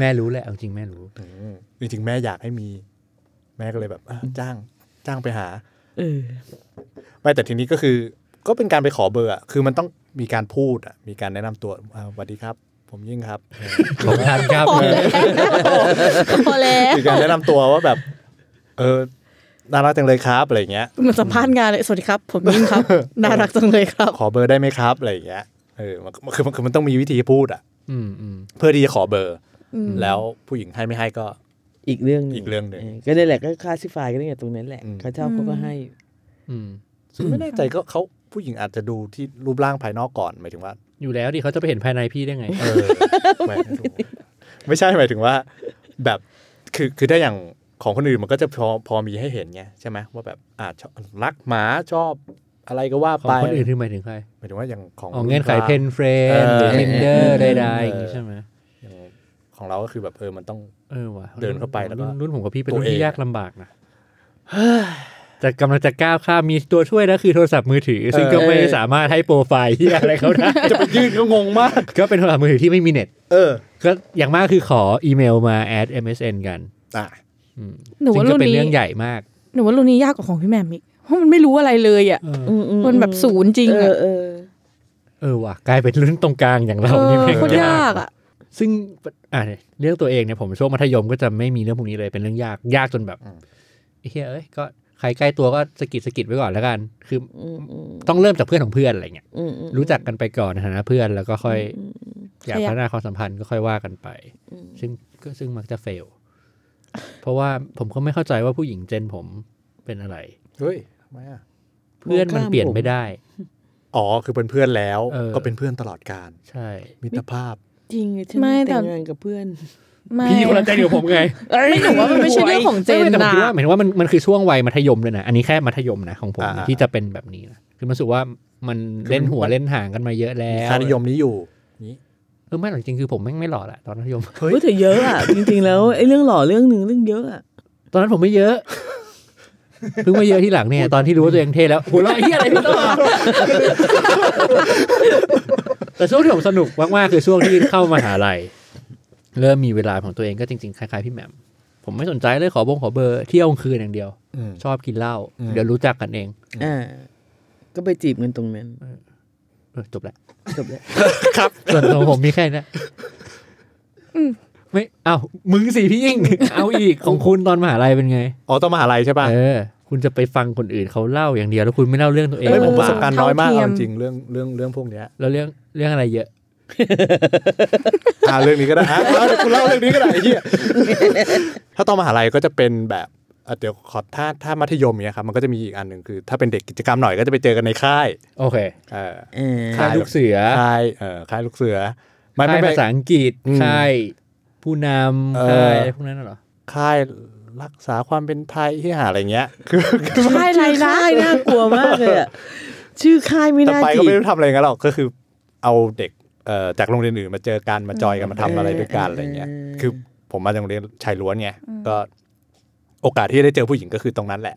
Speaker 3: แม่รู้แหละเอาจริงแม่รู้
Speaker 2: อืมจริงๆแม่อยากให้มี แม่ก็เลยแบบอ่ะจ้างจ้างไปหา
Speaker 4: เออ
Speaker 2: ไม่แต่ทีนี้ก็คือก็เป็นการไปขอเบอร์อะคือมันต้องมีการพูดอะมีการแนะนำตัวอ่าสวัสดีครับ ผมยิ่งครับ
Speaker 3: ผมทานครับ
Speaker 5: พอแล้ว
Speaker 2: มีการแนะนำตัวว่าแบบ เออน่ารักจังเลยครับอะไรอย่างเงี้ย
Speaker 5: เหมือนสัมภาษณ์งานเลยสวัสดีครับ ผมยิ่งครับ น่ารักจังเลยครับ
Speaker 2: ขอเบอร์ได้ไหมครับอะไรอย่างเงี้ยเออมันมันคือมันคือมันต้องมีวิธีพูดอะ
Speaker 3: อืมอืม
Speaker 2: เพื่อที่จะขอเบอร์
Speaker 5: อืม
Speaker 2: แล้วผู้หญิงให้ไม่ให้ก็
Speaker 4: อีกเรื่องหนึ่
Speaker 2: อีกเรื่องหนึ่ง
Speaker 4: ก็นั่นแหละก็คลาสสิฟายกันตั้งแต่ตรงนั้นแหละ
Speaker 2: อืม
Speaker 4: เขาชอบเขาก็ให้
Speaker 3: อืม
Speaker 2: ซึ่งไม่แน่ใจก็เขาผู้หญิงอาจจะดูที่รูปร่างภายนอกก่อนหมายถึงว่า
Speaker 3: อยู่แล้วดิเขาจะไปเห็นภายในพี่ได้ไง
Speaker 2: เออไม่ถูกไม่ใช่หมายถึงว่า แบบคือคือถ้าอย่างของคนอื่นมันก็จะพอพอมีให้เห็นไงใช่ไหมว่าแบบอ่าชอบรักหมาชอบอะไรก็ว่า
Speaker 3: ของ
Speaker 2: ไป
Speaker 3: คนอื่นคือหมายถึงใคร
Speaker 2: หมายถึงว่าอย่างของ
Speaker 3: อ๋อเงื่อนไข
Speaker 2: คุณตา
Speaker 3: เพนเฟรนหรือ
Speaker 2: เออ
Speaker 3: ทินเดอร์ใดๆ
Speaker 2: เอออ
Speaker 3: อย่างนี้ใช่ไหม
Speaker 2: อย่างของเราก็คือแบบเออมันต้อง
Speaker 3: เออว่ะ
Speaker 2: เดินเข้าไปแล้วก็
Speaker 3: รุ่นรุ่นผมกับพี่เป็น
Speaker 2: ตัว
Speaker 3: รุ่นที่
Speaker 2: เอง
Speaker 3: ยากลำบากนะจะกำลังจะก้าวข้ามมีตัวช่วยนะคือโทรศัพท์มือถือ ซึ่งก็ไม่สามารถให้โปรไฟล์ที่อะไรเขาได้
Speaker 2: จะไปยืนก็งงมาก
Speaker 3: ก็เป็นโทรศัพท์มือถือที่ไม่มีเน็ต
Speaker 2: เออ
Speaker 3: ก็อย่างมากคือขออีเมลมา add msn กัน
Speaker 2: อ่ะ
Speaker 3: อืม
Speaker 5: หนูว่า
Speaker 3: ซึ่ง
Speaker 5: รุ่น
Speaker 3: ก็เป็น
Speaker 5: นี้
Speaker 3: เรื่องใหญ่มาก
Speaker 5: หนูว่ารุ่นนี้ยากกว่าของพี่แหม่มอีกเพราะมันไม่รู้อะไรเลยอ่ะ
Speaker 3: เออ
Speaker 4: อือื
Speaker 5: มันแบบศูนย์จริง
Speaker 4: เอ
Speaker 5: อะ
Speaker 4: อเออ
Speaker 3: เออว่ะกลายเป็นรุ่นตรงกลางอย่างเรา
Speaker 5: เอ
Speaker 3: นี่
Speaker 5: อ
Speaker 3: แม่ง
Speaker 5: โคตร
Speaker 3: ยาย
Speaker 5: าก กอ่ะ
Speaker 3: ซึ่งอ่ะเรื่องตัวเองเนี่ยผมช่วงมัธยมก็จะไม่มีเรื่องพวกนี้เลยเป็นเรื่องยากยากจนแบบไอ้เฮียเอ้ยก็ใครใกล้ตัวก็สะกิดสะกิดไว้ก่อนแล้วกัน คือ
Speaker 4: อืมอืม
Speaker 3: ต้องเริ่มจากเพื่อนของเพื่อนอะไรเงี้ย
Speaker 4: อืมอืม
Speaker 3: รู้จักกันไปก่อนในฐานะเพื่อนแล้วก็ค่อยอยาก
Speaker 5: ขยับ
Speaker 3: พัฒนาความสัมพันธ์ก็ค่อยว่ากันไป ซึ่งก็ซึ่งมักจะเฟล เพราะว่าผมก็ไม่เข้าใจว่าผู้หญิงเจนผมเป็นอะไร
Speaker 2: เฮ้ยทำไมอ่ะ
Speaker 3: เพื่อนมันเปลี่ยนไม่ได้
Speaker 2: อ๋อคือเป็นเพื่อนแล้ว
Speaker 3: เออ
Speaker 2: ก็เป็นเพื่อนตลอดการ
Speaker 3: ใช่
Speaker 2: มิตรภาพ
Speaker 4: จริงอะฉัน
Speaker 5: ไม่แต่
Speaker 4: แต่งงานกับเพื่อน
Speaker 5: ไม่
Speaker 3: พี่คนละเจนกับผมไง
Speaker 5: ไม่หนูว่ามันไม่ใช่เรื่องของเจน
Speaker 3: ไม่แต่ผ
Speaker 5: นะ
Speaker 3: มคิดว่าหมายถึงว่ามันมันคือช่วงวัยมัธยมเลยนะ อันนี้แค่มัธยมนะของผมนะ
Speaker 2: อ่า
Speaker 3: ที่จะเป็นแบบนี้นะคือมันรู้สึกว่ามันเล่นหัวเล่นหางกันมาเยอะแล้
Speaker 2: มี
Speaker 3: ว
Speaker 2: ค่านิยมนี้อยู่นี้
Speaker 3: เออไม่หรอกจริงๆคือผมแม่งไม่หล่อแหละตอนมัธยม
Speaker 2: เฮ้ย
Speaker 4: พูดถึงเยอะอ่ะ จริงๆแล้วไอ้เรื่องหล่อเรื่องหนึ่งเรื่องเยอะอ่ะ
Speaker 3: ตอนนั้นผมไม่เยอะเพิ่งมาเยอะที่หลัง เนี่ยตอนที่รู้ว่าตัวเองเท่แล้วหัวเราะไอ้เหี้ยอะไรพี่ต้อ แต่ช่วงที่ผมสนุกมากๆคือช่วงที่เข้ามหาลัยเริ่มมีเวลาของตัวเองก็จริงๆคล้ายๆพี่แหม่มผมไม่สนใจเลยขอบงขอเบอร์เที่ยวกลางคืนอย่างเดียว
Speaker 2: อืม
Speaker 3: ชอบกินเหล้า
Speaker 2: อืม
Speaker 3: เดี๋ยวรู้จักกันเอง
Speaker 4: อ่าก็ไปจีบกันตรงนั้น
Speaker 3: เออจบละ
Speaker 4: จบแล้ว
Speaker 2: ครับ
Speaker 3: ส่วนของผมมีแค่เนี้ยไม่เอามึงสิพี่ยิ่ง เอา อีกของคุณตอนมหาลัยเป็นไง
Speaker 2: อ๋อต้องมหาลัยใช่ป่ะ
Speaker 3: เออ คุณจะไปฟังคนอื่นเขาเล่าอย่างเดียว แล้วคุณไม่เล่าเรื่องตัวเอง
Speaker 2: เอ้ยผมประ
Speaker 3: บ้าง
Speaker 2: สบการณ์น้อยมากเอาจริงๆเรื่องเรื่องเรื่องพวกเนี้ย
Speaker 3: แล้วเรื่องเรื่องอะไรเยอะ
Speaker 2: อ่าเรื่องนี้ก็ได้อ่ะ เอาเดี๋ยวคุณเล่าเรื่องนี้ก็ได้ไอ้เหี้ย ถ้าตอนมหาลัยก็จะเป็นแบบอ่ะเดี๋ยวขอถ้าถ้ามัธยมเนี้ยครับมันก็จะมีอีกอันหนึ่งคือ ถ้าเป็นเด็กกิจกรรมหน่อยก็จะไปเจอกันในค่าย
Speaker 3: โอเค
Speaker 2: เออ
Speaker 4: เออ
Speaker 2: ครับ
Speaker 3: ค่ายลูกเสือ
Speaker 2: ค่ายเออค่ายลูกเสือ ไม่
Speaker 3: ค่าย
Speaker 2: ไม่ไม่
Speaker 3: ภาษาอังกฤษ
Speaker 2: อืม
Speaker 3: ค่ายผู้น
Speaker 2: เอ
Speaker 3: ำ
Speaker 2: อ
Speaker 3: ค่ายอะไรพวกนั้นน่ะเหรอ
Speaker 2: ค่ายรักษาความเป็นไทยที่หาอะไรเงี้ย คือ
Speaker 5: ใช่ไร
Speaker 4: ชื่อ
Speaker 5: นะ
Speaker 4: ค่ายน่ากลัวมากเลยอ่ะชื่อค่ายไม่
Speaker 2: แต่
Speaker 4: น่า
Speaker 2: ไป
Speaker 4: จี
Speaker 2: ก็
Speaker 4: บ
Speaker 2: ไม่ได้ทำอะไรกันหรอกก็คือ เอาเด็ก เอ่อจากโรงเรียนอื่นมาเจอกันมาจอยกันมาทำอะไรด้วยกันอะไรเงี้ย คือผมมาจากโรงเรียนชายล้วนไงก็โอกาสที่จะได้เจอผู้หญิงก็คือตรงนั้นแหละ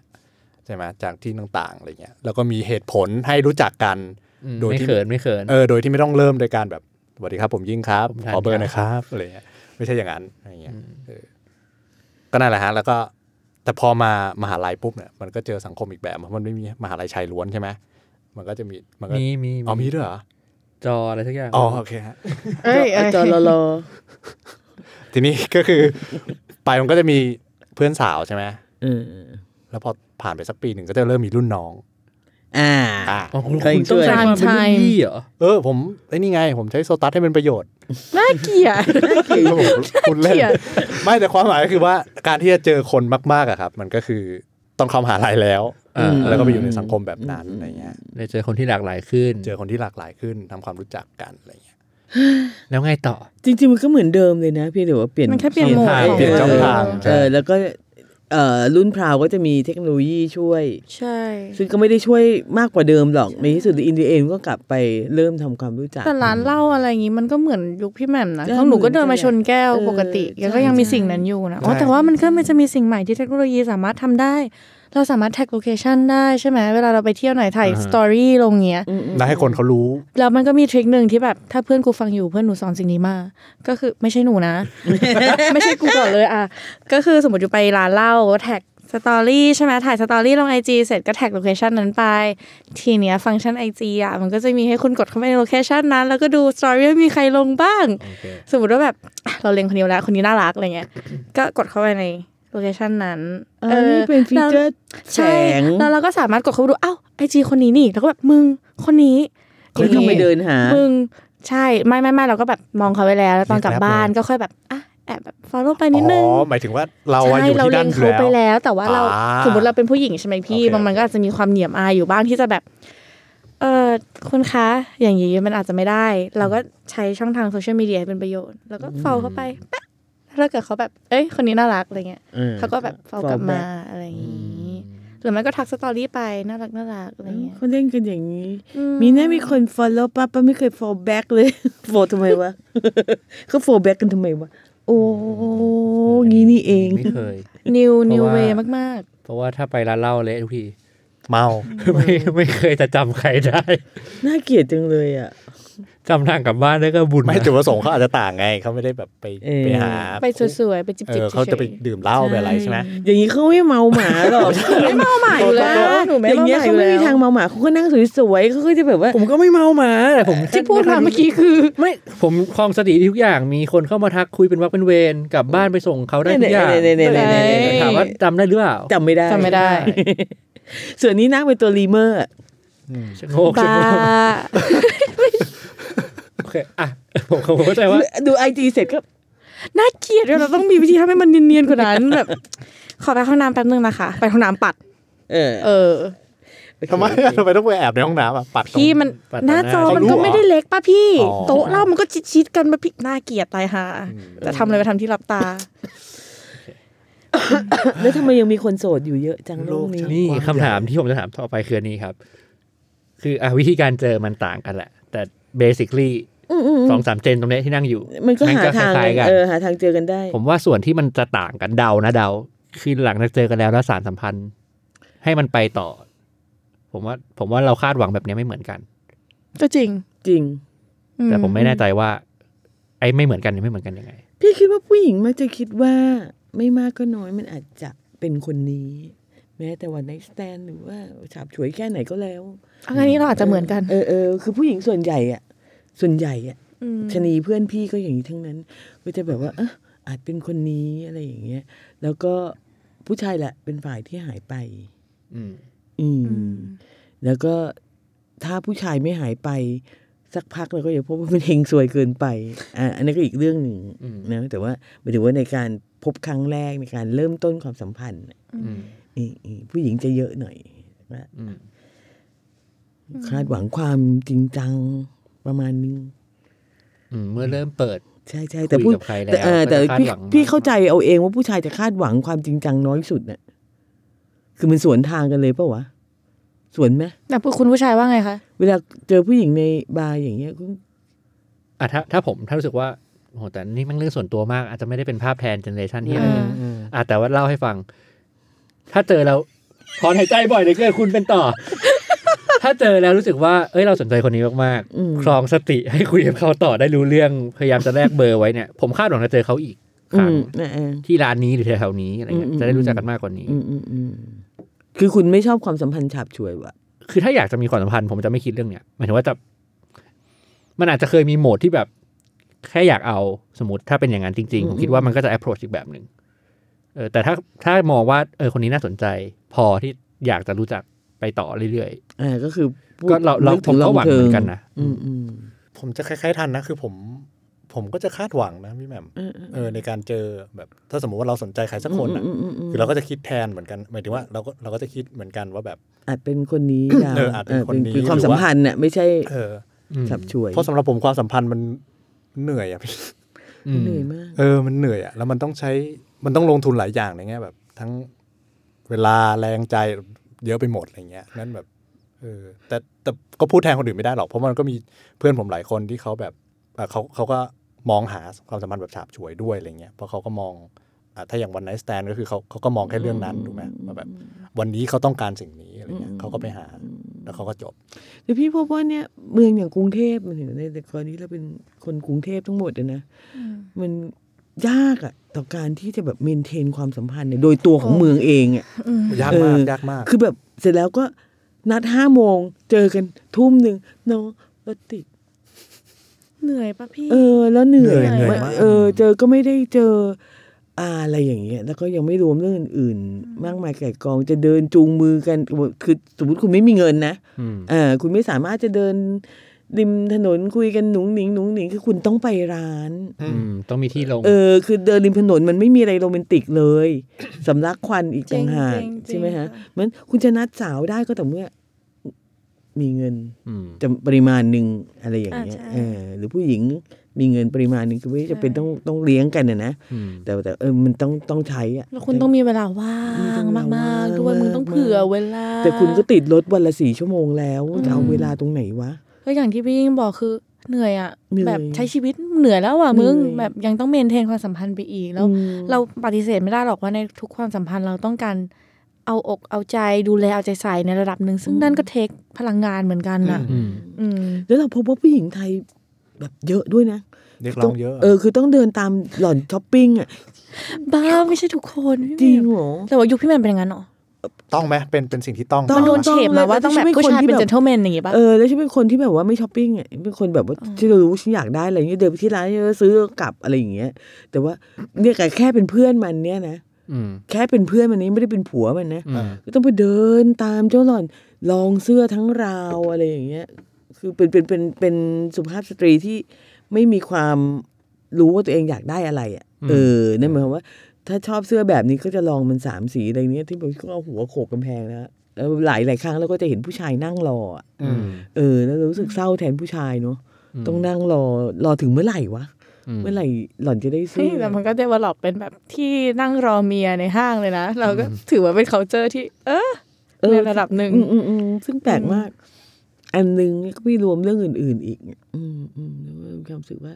Speaker 2: ใช่ไหมจากที่ต่างๆอะไรเงี้ยแล้วก็มีเหตุผลให้รู้จักกัน
Speaker 3: อืม
Speaker 2: โดย
Speaker 3: ไม่
Speaker 2: ที่
Speaker 3: เขินไม่เขิน
Speaker 2: เออโดยที่ไม่ต้องเริ่มโดยการแบบสวัสดีครับ ผมยิ่งครับ
Speaker 3: ผมทัน
Speaker 2: ขอเบอร์
Speaker 3: ครับ
Speaker 2: นะครับอะไรเงี้ยไม่ใช่อย่างนั้นอะไรเงี้ยเออก็นั่นแหละฮะ แล้วก็แต่พอมามหาลัยปุ๊บเนี่ยมันก็เจอสังคมอีกแบบเพราะมันไม่มีมหาลัยชายล้วนใช่ไหมมันก็จะมีมันก็
Speaker 3: มีมี
Speaker 2: อ๋อมีด้วยเหรอ
Speaker 3: จออะไรสักอย่าง
Speaker 2: อ๋อโอเคฮะ
Speaker 5: เอ้ยเอ้ย
Speaker 4: จอรอรอ
Speaker 2: ทีนี้ก็คือ ไปมันก็จะมีเพื่อนสาวใช่ไหม
Speaker 4: เออ
Speaker 2: แล้วพอผ่านไปสักปีหนึ่งก็จะเริ่มมีรุ่นน้อง
Speaker 4: อ่า
Speaker 2: อ่ะ
Speaker 3: อ๋อคุณ
Speaker 4: เคย
Speaker 3: คุณต้อ
Speaker 4: ช่วย
Speaker 3: งใช้ความเป็นรุ่นพี่เหรอ
Speaker 2: เออผมไอ้นี่ไง ผมใช้โซตัสให้เป็นประโย ชน์
Speaker 5: น่าเกลียด
Speaker 2: แล้วผมคุณเล่น
Speaker 5: เกลียด
Speaker 2: ไม่แต่ความหมายก็คือว่าการที่จะเจอคนมากๆอะครับ มันก็คือต้องเข้ามหาลัยแล้ว
Speaker 3: อ่า
Speaker 4: อืม
Speaker 2: แล้วก็ไปอยู่ในสังคมแบบนั้นอะไรเงี้ย
Speaker 3: ได้เจอคนที่หลากหลายขึ้น
Speaker 2: เจอคนที่หลากหลายขึ้นทำความรู้จักกันอะไรเงี้ย
Speaker 3: แล้วไงต่อ
Speaker 4: จริงๆมันก็เหมือนเดิมเลยนะเพี่เดี๋ยวว่าเปลี่ยน
Speaker 5: มันแค่เปลี่ยน
Speaker 4: ช่
Speaker 5: โหม
Speaker 4: อง
Speaker 5: ด
Speaker 4: ทาง
Speaker 5: ของ
Speaker 2: เปลี่ยนช่องทาง
Speaker 4: เออแล้วก็เอ่อรุ่นพราวก็จะมีเทคโนโลยีช่วย
Speaker 5: ใช่
Speaker 4: ซึ่งก็ไม่ได้ช่วยมากกว่าเดิมหรอก ในที่สุดอินเดียเองก็กลับไปเริ่มทำความรู้จัก
Speaker 5: แต่ร้านเหล้าอะไรอย่างงี้มันก็เหมือนยุคพี่แหม่มนะ
Speaker 4: เออ
Speaker 5: ของหนูก็เดินมาชนแก้ว
Speaker 4: เออ
Speaker 5: ปกติ
Speaker 4: ใช่
Speaker 5: แล้วก็ยังมีสิ่งนั้นอยู่นะอ๋อ
Speaker 2: ใช่
Speaker 5: แต่ว่ามันก็มันจะมีสิ่งใหม่ที่เทคโนโลยีสามารถทำได้ เราสามารถแท็กโลเคชันได้ใช่ไหมเวลาเราไปเที่ยวไหนถ่าย
Speaker 3: อ่าฮะ
Speaker 5: สตอรี่ลงเงี้ย
Speaker 4: อืม
Speaker 2: แล้วให้คนเขารู้
Speaker 5: แล้วมันก็มีทริคหนึ่งที่แบบถ้าเพื่อนกูฟังอยู่เพื่อนหนูสอนสิ่งนี้มาก็คือไม่ใช่หนูนะ ไม่ใช่กูก่อนเลยอ่ะก็คือสมมติอยู่ไปร้านเหล้าแท็กสตอรี่ใช่ไหมถ่ายสตอรี่ลงไอจีเสร็จก็แท็กโลเคชันนั้นไป ทีเนี้ยฟังก์ชันไอจีอ่ะมันก็จะมีให้คุณกดเข้าไปในโลเคชันนั้น แล้วก็ดูสตอรี่มีใครลงบ้าง
Speaker 3: โอเค
Speaker 5: สมมติว่าแบบอ่ะเราเล็งคนนี้ไว้แล้วคนนี้น่ารักอะไรเงี้ย ก็กดเข้าไปในโลเคชันนั้น
Speaker 4: เออนี่เป็นฟีเจอร์แส
Speaker 5: ใช่
Speaker 4: ง
Speaker 5: แล้วเราก็สามารถกดเข้าไปดูอ้าวไอจีคนนี้นี่แล้วก็แบบมึงคนนี้
Speaker 4: ไม่ต้องไปเดินหา
Speaker 5: มึงใช่ไม่ไม่ไม่เราก็แบบมองเขาไปแล้วแล้วตอนกลับ
Speaker 2: เรียกแกร็บ
Speaker 5: บ้าน
Speaker 2: เลย
Speaker 5: ก็ค่อยแบบอ่ะแอบแบบ follow ไป
Speaker 2: อ๋
Speaker 5: นิดนึง
Speaker 2: อหมายถึงว่าเราอะ
Speaker 5: ใช่
Speaker 2: อยู่
Speaker 5: เรา
Speaker 2: ที่
Speaker 5: เล็
Speaker 2: นั่น
Speaker 5: ง
Speaker 2: อยู่แล้
Speaker 5: เขาไป
Speaker 2: ว
Speaker 5: แล้ว แต่ว่าเรา
Speaker 2: อ่า
Speaker 5: สมมติเราเป็นผู้หญิงใช่ไหมพี่
Speaker 2: โอเค
Speaker 5: บางมันก็อาจจะมีความเหนียมอายอยู่บ้างที่จะแบบ เออคุณคะ อย่างนี้มันอาจจะไม่ได้ เราก็ใช้ช่องทางโซเชียลมีเดียให้เป็นประโยชน์ แล้วก็ follow เข้าไปแป๊ะถ้าเกิดเขาแบบเอ้ยคนนี้น่ารักอะไรเงี้ยเขาก็แบบ follow กลับมาอะไรอย่างนี้หรือไม่ก็ทักสตอรี่ไปน่ารักน่ารักอะไรเงี้ย
Speaker 4: เขาเล่นกันอย่างนี้
Speaker 5: อื
Speaker 4: มีแน่มีคน follow ป้าป้าไม่เคย fall back เลย fall ทำไมวะ เขา fall back กันทำไมวะ โอ้งี้นี่เอง
Speaker 3: ไม่เคย
Speaker 5: นิว
Speaker 3: เพ
Speaker 5: นิว
Speaker 3: ราะว่า
Speaker 5: เวย์มากๆ
Speaker 3: เพราะว่าถ้าไปร้านเหล้าเละทุกที
Speaker 2: เมา
Speaker 3: ไม่ไม่เคยจะจำใครได้
Speaker 4: น่าเกลียดจังเลยอ่ะ
Speaker 3: จำทางกลับบ้านได้ก็บุญ
Speaker 2: ไม่
Speaker 3: นะ
Speaker 2: จุดประสงค์เขาอาจจะต่างไงเขาไม่ได้แบบไป
Speaker 4: เออ
Speaker 2: ไปหา
Speaker 5: ไปสวยๆ ไปจิบ
Speaker 2: เอ
Speaker 5: จิบ
Speaker 2: อเขาจะไปดื่มเหล้าไปอะไรใช่ไหม
Speaker 4: อย่างนี้เขาไม่เมาหมาหรอก
Speaker 5: ไม่เมาหมาอยู่แล้วหนูไม่
Speaker 4: อย่าง
Speaker 5: เมา
Speaker 4: เงี้ย
Speaker 5: หมาอ
Speaker 4: เขา
Speaker 5: ยู่
Speaker 4: ไม่
Speaker 5: แล้
Speaker 4: มีทาง
Speaker 5: ว
Speaker 4: เมาหมาเขาก็นั่งสวยๆเขาก็จะแบบว่า
Speaker 3: ผมก็ไม่เมาหมาแต่ผม
Speaker 5: ที่พูดมาเมื่อกี้คือ
Speaker 3: ไม่ผมคลองสติทุกอย่างมีคนเข้ามาทักคุยเป็นวักเป็นเวรกลับบ้านไปส่งเขาได้ทุกอย่าง
Speaker 4: เนี่ยเนี่ยเนี่ยเนี่ยเนี่ยเนี่ย
Speaker 3: ถามว่าจำได้หรือเปล่า
Speaker 4: จำไม่ได้
Speaker 5: จำไม่ได้
Speaker 4: ส่วนนี้นั่งเป็นตัวรีเมอร์อะ
Speaker 3: ชะโงกชะ
Speaker 5: บ้า
Speaker 3: โงกโอเคอ่ะผมผมเข้าใจว่า
Speaker 4: ดูไอจีเสร็จก็
Speaker 5: น่าเกลียดด้วยเราต้องมีวิธีทำให้มันเนียนๆกว่านั้นแบบ ขอไปห้องน้ำแป๊บนึงนะคะ ไปห้องน้ำปัด
Speaker 4: เออ
Speaker 5: เออ
Speaker 2: ทำไมทำไมต้องไปแอบในห้องน้ำอ่ะ ปัดตรง
Speaker 5: พี่มันหน้าจอมันก็ไม่ได้เล็กป่ะพี่
Speaker 2: อ๋อ
Speaker 5: โต๊ะเรามันก็ชิดๆกันป่ะพี่น่าเกลียดตายห่าแต่ทำอะไรไปทำที่รับตา
Speaker 4: แล้วทำไมยังมีคนโสดอยู่เยอะจังโลกนี้
Speaker 3: นี่คำถามที่ผมจะถามต่อไปคืออันนี้ครับ คืออ่ะวิธีการเจอมันต่างกันแหละ แต่เบสิคลี่
Speaker 4: อืมอืมอืม
Speaker 3: สองสามเจนตรงเนี้ยที่นั่งอยู่
Speaker 4: มันก็หา
Speaker 3: ค
Speaker 4: ทาง
Speaker 3: ล้ายๆกัน
Speaker 4: เออหาทางเจอกันได้
Speaker 3: ผมว่าส่วนที่มันจะต่างกันเดานะเดา คือหลังจากเจอกันแล้วแล้วสารสัมพันธ์ ให้มันไปต่อ ผมว่า ผมว่าเราคาดหวังแบบเนี้ยไม่เหมือนกัน
Speaker 5: ก็จริง
Speaker 4: จริง
Speaker 5: อื
Speaker 3: แต่ผมไม่แน่ใจว่า ไอ้ไม่เหมือนกันเนี่ยไม่เหมือนกันยังไง
Speaker 4: พี่คิดว่าผู้หญิงมักจะคิดว่าไม่มากก็น้อยมันอาจจะเป็นคนนี้ แม้แต่วันไนสแตนหรือว่าฉาบฉวยแค่ไหนก็แล้ว
Speaker 5: เอางั้นนี้เราอาจจะเหมือนกัน
Speaker 4: เออเออคือผู้หญิงส่วนใหญ่อะส่วนใหญ่อะ
Speaker 5: ม
Speaker 4: ชะนีเพื่อนพี่ก็อย่างนี้ทั้งนั้นก็จะแบบว่าเอออาจเป็นคนนี้อะไรอย่างเงี้ย แล้วก็ผู้ชายแหละเป็นฝ่ายที่หายไป
Speaker 3: อืม
Speaker 4: อืม
Speaker 5: อืม
Speaker 4: แล้วก็ถ้าผู้ชายไม่หายไป สักพักเราก็อย่าพบว่ามันเฮงซวยเกินไปอ่ะอันนี้นก็อีกเรื่องหนึ่ง
Speaker 3: อืม
Speaker 4: นะแต่ว่าหมายถึงว่าในการพบครั้งแรกในการเริ่มต้นความสัมพันธ์น่ะ
Speaker 3: อืม
Speaker 4: อืมอืมผู้หญิงจะเยอะหน่อยว่า
Speaker 3: อืม
Speaker 4: คาดหวังความจริงจังประมาณนึง
Speaker 3: อืมเมื่อเริ่มเปิด
Speaker 4: ใช่ใช่
Speaker 3: คุย
Speaker 4: แต่ผู้
Speaker 3: กับใครแล้ว
Speaker 4: แต่เออแต่
Speaker 3: ก็จะคาด
Speaker 4: พี่
Speaker 3: หวังมาก
Speaker 4: พี่เข้าใจเอาเองว่าผู้ชายจะคาดหวังความจริงจังน้อยสุดน่ะคือมันสวนทางกันเลยปะวะสวนไหม
Speaker 5: แต่คุณผู้ชายว่าไงคะ
Speaker 4: เวลาเจอผู้หญิงในบาร์อย่างเงี้ยคุณ
Speaker 3: อ่ะถ้าถ้าผมถ้ารู้สึกว่าโอ้โหแต่นี่มันเรื่องส่วนตัวมาก อาจจะไม่ได้เป็นภาพแทนเจเนเรชันที่อะไร
Speaker 5: อืม
Speaker 3: อ่ะแต่ว่าเล่าให้ฟัง ถ้าเจอแล้วถอนหายใจบ่อยเหลยเกินคุณเป็นต่อ ถ้าเจอแล้วรู้สึกว่าเอ้ยเราสนใจคนนี้มาก
Speaker 4: อืม
Speaker 3: ๆครองสติให้คุยกับเขาต่อได้รู้เรื่องพยายามจะแลกเบอร์ไว้เนี่ย ผมคาดหวังจะเจอเขาอีกค
Speaker 4: อื
Speaker 3: รั้ง
Speaker 4: มนะเออ
Speaker 3: ที่ร้านนี้หรือแถวๆนี้อะไรเงี้ย
Speaker 4: อืม
Speaker 3: จะได้รู้จักกันมากกว่านี้
Speaker 4: อืมอืมอืมคือคุณไม่ชอบความสัมพันธ์ฉาบฉวยว่ะ
Speaker 3: คือถ้าอยากจะมีความสัมพันธ์ผมจะไม่คิดเรื่องเนี้ยหมายถึงว่าจะมันอาจจะเคยมีโหมดที่แบบ แค่อยากเอาสมมติถ้าเป็นอย่างนั้นจริง ๆ ผมคิดว่ามันก็จะ approach อีกแบบหนึ่งเออแต่ถ้าถ้ามองว่าเออคนนี้น่าสนใจ พอที่อยากจะรู้จักไปต่อเรื่อย
Speaker 4: อ่าก็คือพูด
Speaker 3: ๆก็เราเรา
Speaker 4: นึก
Speaker 3: ผ
Speaker 4: ถึ
Speaker 3: ม
Speaker 4: ง
Speaker 3: ก็หวังเหมือนกันนะ
Speaker 4: อืมอืม
Speaker 2: ผมจะคล้ายๆทันนะ คือผมผมก็จะคาดหวังนะพี่แหม่ม
Speaker 4: เออเออ
Speaker 2: เออในการเจอแบบ ถ้าสมมุติว่าเราสนใจใครสักคนอะ
Speaker 4: อืมอืมอืม
Speaker 2: คือเราก็จะคิดแทนเหมือนกันหมายถึงว่าเราก็เราก็จะคิดเหมือนกันว่าแบบ
Speaker 4: อาจเป็นคนนี้เรา
Speaker 2: เอออาจเป็นคนนี้
Speaker 4: คือความ
Speaker 2: หรือว่า
Speaker 4: สัมพันธ์น่ะไม่ใช่
Speaker 2: เออ
Speaker 4: ฉาบฉวย
Speaker 2: เพราะสำหรับผมความสัมพันธ์มันเหนื่อยอะพี่
Speaker 3: อืม
Speaker 4: เหนื่อยมาก
Speaker 2: เออ มันเหนื่อยอะแล้วมันต้องใช้ มันต้องลงทุนหลายอย่างในแง่แบบ ทั้งเวลาแรงใจเยอะไปหมดอะไรเงี้ย นั้นแบบ เออ แต่แต่ก็พูดแทนคนอื่นไม่ได้หรอก เพราะมันก็มีเพื่อนผมหลายคนที่เขาแบบเอ่อเขาเขาก็มองหาความสัมพันธ์แบบฉาบฉวยด้วยอะไรเงี้ย เพราะเขาก็มองอะถ้าอย่างวันไนสแตนก็คือเขาเขาก็มองแค่เรื่องนั้นถูกไหมว่าแบบ วันนี้เขาต้องการสิ่งนี้อะไรเงี้ยเขาก็ไปหา แล้วเขาก็จบ
Speaker 4: แต่พี่พบว่าเนี่ยเมืองอย่างกรุงเทพมันถึงในแต่กรณีเราเป็นคนกรุงเทพทั้งหมดเลยนะ มันยากอะต่อการที่จะแบบเมนเทนความสัมพันธ์เนี่ยโดยตัวของเมืองเองอะ
Speaker 2: ยากมาก
Speaker 4: เออ
Speaker 2: ยากมาก
Speaker 4: คือแบบเสร็จแล้วก็นัดห้าโมงเจอกันทุ่มหนึ่งน้องรถติด
Speaker 5: เหนื่อยปะพี่
Speaker 4: เออ แล้วเหนื่อ
Speaker 2: เห
Speaker 4: ย
Speaker 2: นื่อยเหนื่อยมาก
Speaker 4: เออ เจอก็ไม่ได้เจออะไรอย่างเงี้ย แล้วก็ยังไม่รวมเรื่องอื่นๆ มากมายไก่ายกองจะเดินจูงมือกันคือสมมติคุณไม่มีเงินนะ
Speaker 3: อืม
Speaker 4: เออคุณไม่สามารถจะเดินริมถนนคุยกันหนุ่งหนิงหนุ่งหนิงคือคุณต้องไปร้าน
Speaker 2: อื
Speaker 3: อื
Speaker 2: ม
Speaker 3: มต้องมีที่ลง
Speaker 4: เออ คือเดินริมถนนมันไม่มีอะไรโรแมนติกเลย สำลักควันอีก
Speaker 5: จริ
Speaker 4: ต่าง งหาก
Speaker 5: จริง
Speaker 4: ใช่ไหมฮะ
Speaker 5: จริงค่ะ
Speaker 4: มันคุณจะนัดสาวได้ก็แต่เมื่อ มีเงิน
Speaker 3: ม
Speaker 4: จำปริมาณหนึ่งอะไรอย่างเงี้ย
Speaker 5: อ่าใช่
Speaker 4: เออหรือผู้หญิงมีเงินปริมาณหนึ่งคือไม่จะเป็น
Speaker 5: ใช่
Speaker 4: ต้องต้องเลี้ยงกันนะนะ
Speaker 3: อืม
Speaker 4: แต่แต่เออมันต้องต้องใช้อะ
Speaker 5: แล้วคุณต้องมีเวลาว่า
Speaker 4: อืมต้อง
Speaker 5: ง
Speaker 4: มีเวลาว่าม
Speaker 5: าก
Speaker 4: ง
Speaker 5: ๆด้วยมึงต้อง
Speaker 4: มากๆ
Speaker 5: เผื่อเวลา
Speaker 4: แต่คุณก็ติดรถวันละสี่ชั่วโมงแล้ว
Speaker 5: อืม
Speaker 4: จะเอาเวลาตรงไหนวะ
Speaker 5: ก็อย่างที่พี่ยิ่งบอกคือเหนื่อยอ่ะ
Speaker 4: เหนื่อย
Speaker 5: แบบใช้ชีวิตเหนื่อยแล้วอ่ะมึง
Speaker 4: เหนื่อย
Speaker 5: แบบยังต้องเมนเทนความสัมพันธ์ไปอีกแล้ว
Speaker 4: อืม
Speaker 5: เราปฏิเสธไม่ได้หรอกว่าในทุกความสัมพันธ์เราต้องการเอาอกเอาใจดูแลเอาใจใส่ในระดับหนึ่ง ซึ่งนั่นก็เทคพลังงานเหมือนกันนะ
Speaker 2: อื
Speaker 3: อืม
Speaker 5: อืม
Speaker 4: แล้วเราพบว่าผู้หญิงไทยแบบเยอะด้วยนะ
Speaker 2: เรียกร้องเยอะ
Speaker 4: เออคือต้องเดินตามหล่อนช้อปปิ้งอ่ะ
Speaker 5: บ้าไม่ใช่ทุกคนพี่
Speaker 4: จริง
Speaker 5: แหม่ม
Speaker 4: เหรอ
Speaker 5: แต่ว่ายุคพี่แหมนเป็นอย่างนั้นเหรอ
Speaker 2: ต้องไหมเป็นเป็นสิ่งที่ต้อง
Speaker 4: ต้อ
Speaker 5: มั
Speaker 4: น ง
Speaker 5: โดนเฉดมาว่าต้องแบบผู้ชายเป็น
Speaker 4: แล้วก็จะเป็นคนที่แบ
Speaker 5: เจน
Speaker 4: บ
Speaker 5: เทลแมนอย่างงี้ป่ะ
Speaker 4: เออแล้วฉันเป็นคนที่แบบว่าไม่ช้อปปิ้งอ่ะเป็นคนแบบว่า
Speaker 5: อ๋อ
Speaker 4: ที่เรารู้ฉันอยากได้อะไรเงี้ยเดินไปที่ร้านแล้วซื้อกลับอะไรอย่างเงี้ย แต่ว่าเนี่ยแค่เป็นเพื่อนมันเนี่ยนะ
Speaker 3: อืม
Speaker 4: แค่เป็นเพื่อนมันนี้ไม่ได้เป็นผัวมันนะ
Speaker 3: อืม
Speaker 4: ก็ต้องไปเดินตามเจ้าหล่อนลองเสื้อทั้งราวอะไรอย่างเงี้ย คือเป็นเป็นเป็นเป็นสุภาพสตรีที่ไม่มีความรู้ว่าตัวเองอยากได้อะไรอะ่ะเออนั่นหมายความว่า ถ้าชอบเสื้อแบบนี้ก็จะลองมันสามสีอะไรเนี้ยที่บอกก็เอาหัวโขกกำแพงนะแล้วหลายหลายครั้งเราก็จะเห็นผู้ชายนั่งรออะ
Speaker 2: อืม
Speaker 4: เออ แล้วเรารู้สึกเศร้าแทนผู้ชายเนาะต้องนั่งรอรอถึงเมื่อไหร่วะเมื่อไหร่หล่อนจะได้เสื้
Speaker 5: เฮ้ย
Speaker 4: อ
Speaker 5: แต่มันก็เดเวลลอปเป็นแบบที่นั่งรอเมียในห้างเลยนะ เราก็ถือว่าเป็น c u เจอร์ที่ เออ
Speaker 4: เอ
Speaker 5: ใน
Speaker 4: อ
Speaker 5: ระดับหนึ่ง
Speaker 4: อืมอืมอืมซึ่งแปลก
Speaker 5: อืม
Speaker 4: มาก อันหนึ่งก็ไม่รวมเรื่องอื่น ๆ อีก อืมอืมแล้วก็มีความรู้สึกว่า